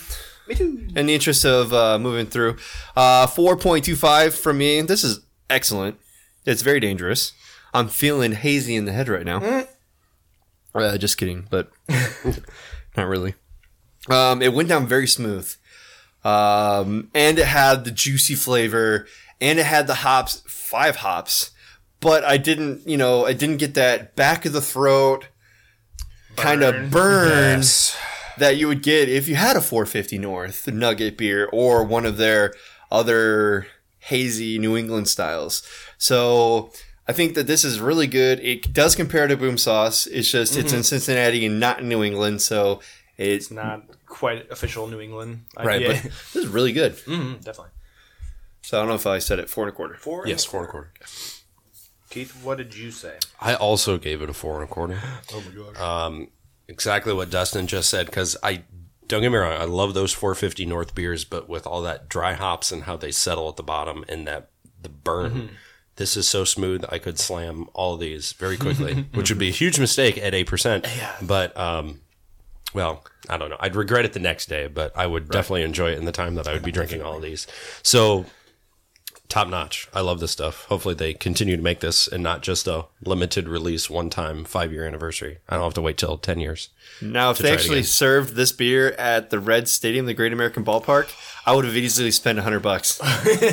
S2: In the interest of uh, moving through, uh, 4.25 from me. This is excellent. It's very dangerous. I'm feeling hazy in the head right now. Uh, just kidding, but [laughs] not really. Um, it went down very smooth. Um, and it had the juicy flavor and it had the hops, five hops. But I didn't, you know, I didn't get that back of the throat kind of burn that you would get if you had a 450 North Nugget beer or one of their other hazy New England styles. So I think that this is really good. It does compare to Boom Sauce. It's just it's
S5: Mm-hmm.
S2: in Cincinnati and not in New England, so it's [laughs]
S4: It's not quite official New England. IPA.
S2: right. But this is really good.
S4: [laughs] Mm, definitely.
S2: So I don't know if I said it four and a quarter.
S4: Four?
S5: yes, four and a quarter.
S4: Keith, what did you say?
S5: I also gave it a four and a quarter. [gasps] Oh my gosh. Um, exactly what Dustin just said. Because I don't get me wrong, I love those 450
S4: Mm-hmm.
S5: North beers, but with all that dry hops and how they settle at the bottom and that the burn this is so smooth I could slam all these
S4: [laughs]
S5: very quickly, which would be a huge mistake at 8%. But, um, well, I don't know. I'd regret it the next day, but I would definitely enjoy it in the time that
S4: [laughs]
S5: I would be drinking all these. So, top notch. I love this stuff. Hopefully, they continue to make this and not just a limited release, one time, five year anniversary. I don't have to wait till 10 years.
S2: Now, if
S5: to
S2: they
S5: try it
S2: actually
S5: again.
S2: served this beer at the Red Stadium, the Great American Ballpark, I would have easily spent a hundred
S5: [laughs]
S2: bucks.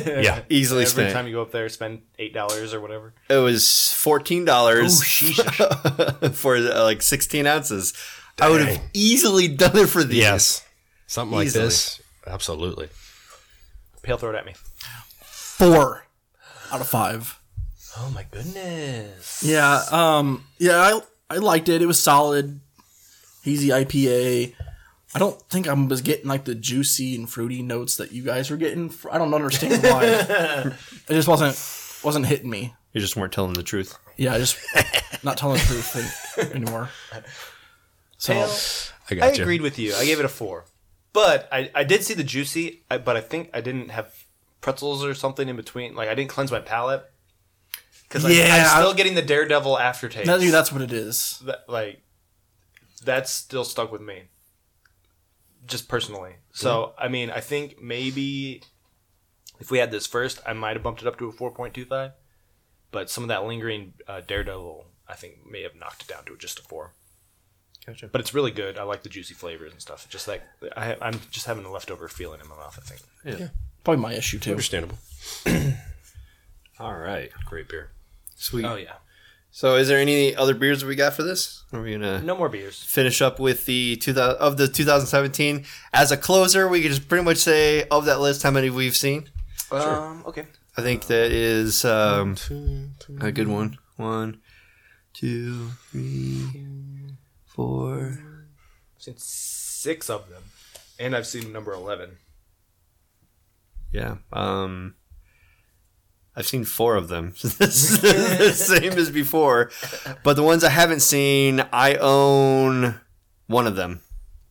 S5: Yeah.
S2: Easily
S4: Every
S2: spent.
S4: time you go up there, spend eight dollars or whatever.
S2: it was fourteen dollars [laughs] for uh, like sixteen ounces. I would have easily done it for these.
S5: Yes. Something like
S2: Easily.
S5: this. Absolutely.
S4: Pale throw it at me.
S3: Four out of five.
S4: Oh my goodness.
S3: Yeah, um, yeah, I I liked it. It was solid, hazy IPA. I don't think I was getting like the juicy and fruity notes that you guys were getting. I don't
S2: [laughs]
S3: understand why. it just wasn't wasn't hitting me.
S2: You just weren't telling the truth.
S3: Yeah, I just [laughs] not telling the truth an-
S4: [laughs]
S3: anymore. So
S5: I
S4: I
S5: got you.
S4: agreed with you. I gave it a four, but I, I did see the juicy, I, but I think I didn't have pretzels or something in between. Like I didn't cleanse my palate because I'm
S3: Yeah.
S4: still getting the daredevil aftertaste.
S3: that- dude, that's what it is.
S4: That- like that's still stuck with me, just personally. So I mean, I think maybe if we had this first, I might have bumped it up to a four point two five, but some of that lingering uh, daredevil, I think, may have knocked it down to just a four but it's really good. I like the juicy flavors and stuff. Just like I, I'm just having a leftover feeling in my mouth. I think.
S3: Probably my
S2: [laughs]
S3: issue too.
S5: Understandable.
S6: All right. Great beer.
S2: Sweet.
S4: Oh yeah.
S2: So, is there any other beers that we got for this? Are we gonna
S4: No more beers.
S2: finish up with the 2000 of the 2017 as a closer? We could just pretty much say of that list how many we've seen.
S4: Um. Okay.
S2: I think that is um, a good one. One, two, three, four.
S4: I've seen six of them, and I've seen number eleven.
S2: Yeah. Um, I've seen four of them. [laughs] the same as before. But the ones I haven't seen, I own one of them.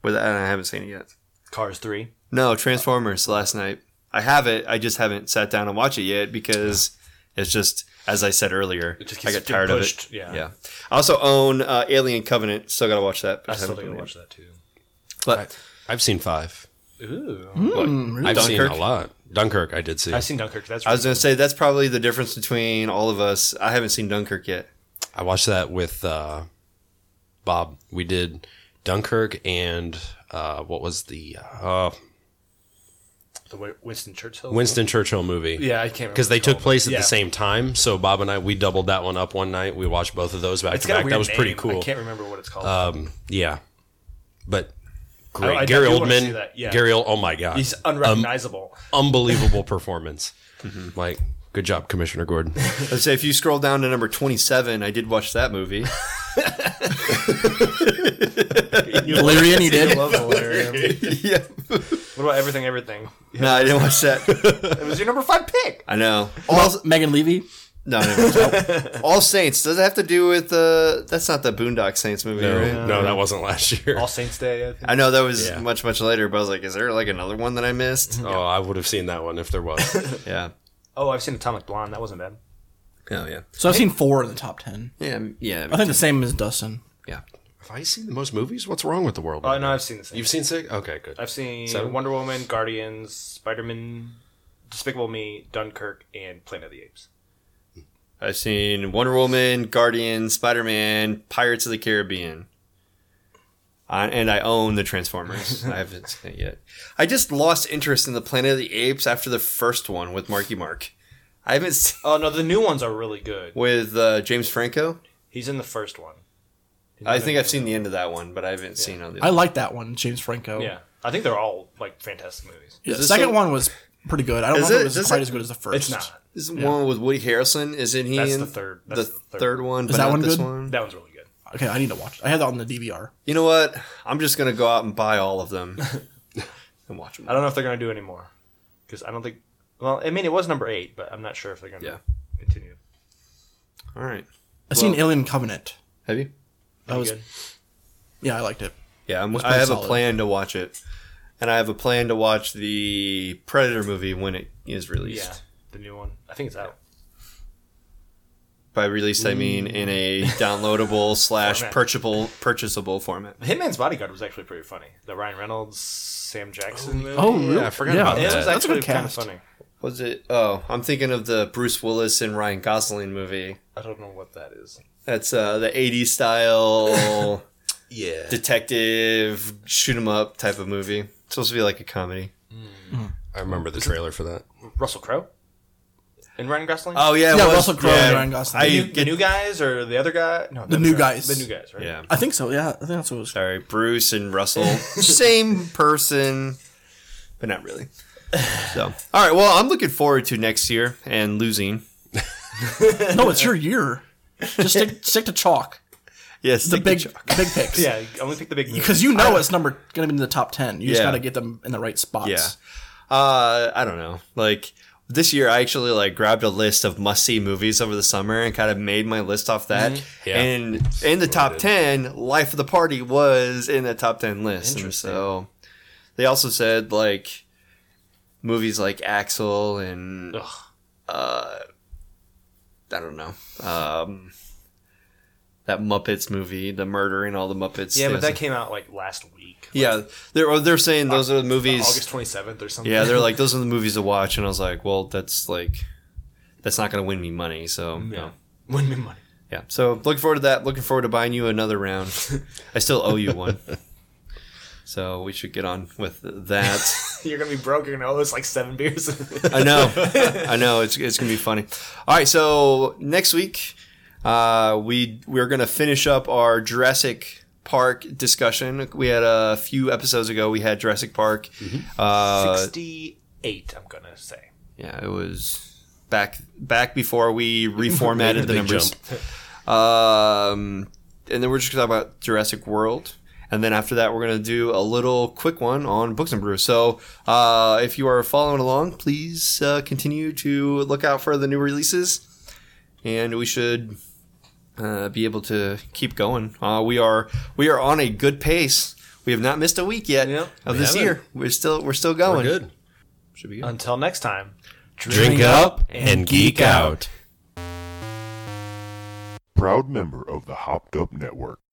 S2: With and I haven't seen it yet.
S4: Cars three.
S2: No, Transformers last night. I have it. I just haven't sat down and watched it yet because it's just as I said earlier. I
S4: just keeps
S2: got
S4: getting
S2: tired of it.
S4: pushed, yeah.
S2: Yeah. I also own uh, Alien Covenant. Still gotta watch that. but
S4: I still
S2: haven't
S4: gotta
S2: done it
S4: watch that too.
S2: yet. But
S5: I've seen five.
S4: Ooh.
S5: Hmm. I've
S2: Hmm, Dunkirk?
S5: seen a lot. Dunkirk, I did see. I,
S4: I've seen Dunkirk. That's.
S2: I was
S4: really
S2: gonna say that's probably the difference between all of us. I haven't seen Dunkirk yet.
S5: watched that with uh, Bob. We did Dunkirk and uh, what was the uh,
S4: cool. the Wi- Winston Churchill.
S5: Winston Churchill movie?
S4: Yeah, I can't
S5: Because they
S4: remember the
S5: took place at
S4: title.
S5: the
S4: Oh, Yeah.
S5: same time, so Bob and I we doubled that one up one night. We watched both of those back
S4: It's
S5: to
S4: got a
S5: back.
S4: weird
S5: That was pretty
S4: name.
S5: cool.
S4: I can't remember what it's called.
S5: Um, yeah, but great.
S4: I- I
S5: Gary
S4: do wanna see
S5: Oldman.
S4: that, yeah.
S5: Gary, Ol- oh my god,
S4: He's uh, unrecognizable. [laughs]
S5: unbelievable performance.
S4: Mm-hmm.
S5: Like, good job, Commissioner Gordon.
S2: Let's say if you scroll down to number twenty-seven, I did watch that movie.
S3: Valerian, you did.
S4: Love Valerian.
S2: yeah.
S4: what about everything? Everything.
S2: No, I didn't watch that.
S4: It was your number five pick.
S2: I know.
S3: Well, Megan Levy.
S2: No, I didn't watch that. All Saints does it have to do with uh, that's not the Boondock Saints movie, right?
S5: no, no, that wasn't last year.
S4: All Saints Day. I think.
S2: I know that was
S5: Yeah.
S2: much much later, but I was like, is there like another one that I missed?
S5: Oh, I would have seen that one if
S4: [laughs]
S5: there was.
S2: yeah.
S4: Oh, I've seen Atomic Blonde. That wasn't bad.
S2: Oh yeah.
S3: So I've seen four in the top ten.
S2: Yeah. Yeah.
S3: I think the same as Dustin.
S2: yeah.
S5: Have I seen the most movies? What's wrong with the world?
S4: Oh no, I've seen the same.
S5: You've seen six? Okay, good.
S4: I've seen
S5: Seven?
S4: Wonder Woman, Guardians, Spider Man, Despicable Me, Dunkirk, and Planet of the Apes.
S2: I've seen Wonder Woman, Guardian, Spider Man, Pirates of the Caribbean. I, and I own the Transformers. I haven't seen it yet. I just lost interest in the Planet of the Apes after the first one with Marky Mark. I haven't seen
S4: Oh no, the new ones are really good.
S2: with uh, James Franco.
S4: He's in the first one.
S2: I think I've seen the end of that one, but I haven't seen on the.
S3: I like that one, James Franco.
S4: Yeah, I think they're all like fantastic movies.
S3: Yeah, the
S2: this
S3: second
S2: the-
S3: one was pretty good. I don't know
S2: Is
S3: if
S2: it-
S3: it was
S2: does
S3: quite
S2: it-
S3: as good as the first.
S4: It's not.
S2: This one with Woody Harrelson, isn't he?
S4: That's
S2: in
S4: the third- that's
S2: the,
S4: the third
S2: third one. Is
S3: that
S2: not
S3: one
S2: this
S3: good?
S2: One?
S4: That one's really good.
S3: Okay, I need to watch. it. I had that on the DVR.
S2: You know what? I'm just gonna go out and buy all of
S3: [laughs]
S2: them and watch them.
S4: I don't know if they're gonna do any more because I don't think. Well, I mean, it was number eight, but I'm not sure if they're gonna
S2: Yeah.
S4: continue.
S2: All right.
S3: I seen Alien Covenant.
S2: Have you?
S3: That was
S4: good.
S3: yeah, I liked it.
S2: Yeah, I'm, I
S3: pretty
S2: have a
S3: solid.
S2: plan to watch it, and I have a plan to watch the Predator movie when it is released.
S4: Yeah, the new one. I think it's out.
S2: By released, I mean in
S3: [laughs]
S2: a downloadable slash purchasable purchasable format.
S4: Hitman's Bodyguard was actually pretty funny. The Ryan Reynolds, Sam Jackson movie.
S5: Oh, really?
S2: I forgot
S5: Yeah.
S2: about
S4: it
S2: that.
S4: was
S3: That's a
S4: actually
S3: good
S4: kind of
S3: cast.
S4: funny.
S2: Was it? Oh, I'm thinking of the Bruce Willis and Ryan Gosling movie.
S4: I don't know what that is.
S2: That's uh, the '80s [laughs] style
S7: Yeah.
S2: detective shoot 'em up type of movie. It's supposed to be like a comedy.
S5: I remember the trailer for that.
S4: Russell Crowe and Ryan Gosling.
S2: Oh yeah, it
S3: Yeah,
S2: was-
S3: Russell Crowe and
S2: yeah.
S3: Ryan Gosling.
S2: I-
S4: the, new,
S2: get-
S4: the new guys or the other guy? No,
S3: The
S4: other
S3: new
S4: guy.
S3: guys.
S4: The new guys, right?
S2: yeah.
S3: I think so. Yeah, I think that's what it was.
S2: Sorry, Bruce and Russell, [laughs] same person, but not really. [sighs] So, all right. Well, I'm looking forward to next year and losing.
S3: No, it's your year. Just [laughs] stick, stick to chalk.
S2: Yes,
S3: The big, big [laughs] picks.
S4: Yeah, only pick the big.
S3: Because you know it's number going to be in the top ten. You just
S2: Yeah.
S3: got to get them in the right spots.
S2: Yeah. Uh, I don't know. Like this year, I actually like grabbed a list of must see movies over the summer and kind of made my list off that.
S4: Mm-hmm.
S5: Yeah.
S2: And in the top ten, Life of the Party was in the top ten list. And so they also said like movies like Axel and
S4: Ugh.
S2: uh, I don't know. Um, that Muppets movie, the murder and all the Muppets.
S4: yeah,
S2: They
S4: but that
S2: also-
S4: came out like last week,
S2: yeah, they're they're saying those are the movies.
S4: August twenty seventh or something.
S2: Yeah, they're like those are the movies to watch, and I was like, well, that's like, that's not gonna win me money. So
S4: [laughs] yeah,
S2: no.
S4: win me money.
S2: yeah. So looking forward to that. Looking forward to buying you another round. I still owe you one. So we should get on with that.
S4: You're gonna be broke. You're gonna owe us like seven beers.
S2: I know, I know. It's it's gonna be funny. All right, so next week, uh, we we're gonna finish up our Jurassic Park discussion. We had a few episodes ago. We had Jurassic Park.
S4: [laughs]
S2: Uh,
S4: Sixty eight. I'm gonna say.
S2: Yeah, it was back back before
S5: [laughs]
S2: we reformatted the
S5: Big
S2: numbers. [laughs] Um, and then we're just gonna talk about Jurassic World. And then after that, we're going to do a little quick one on Books and Brew. So uh, if you are following along, please uh, continue to look out for the new releases. And we should uh, be able to keep going. Uh, we are we are on a good pace. We have not missed a week yet
S4: Yep.
S2: of
S5: We
S2: this
S5: haven't.
S2: year. We're still we're still going.
S5: We're good.
S2: Should be good.
S4: Until next time,
S5: Oh, Drink up and geek out.
S10: Proud member of the Hopped Up Network.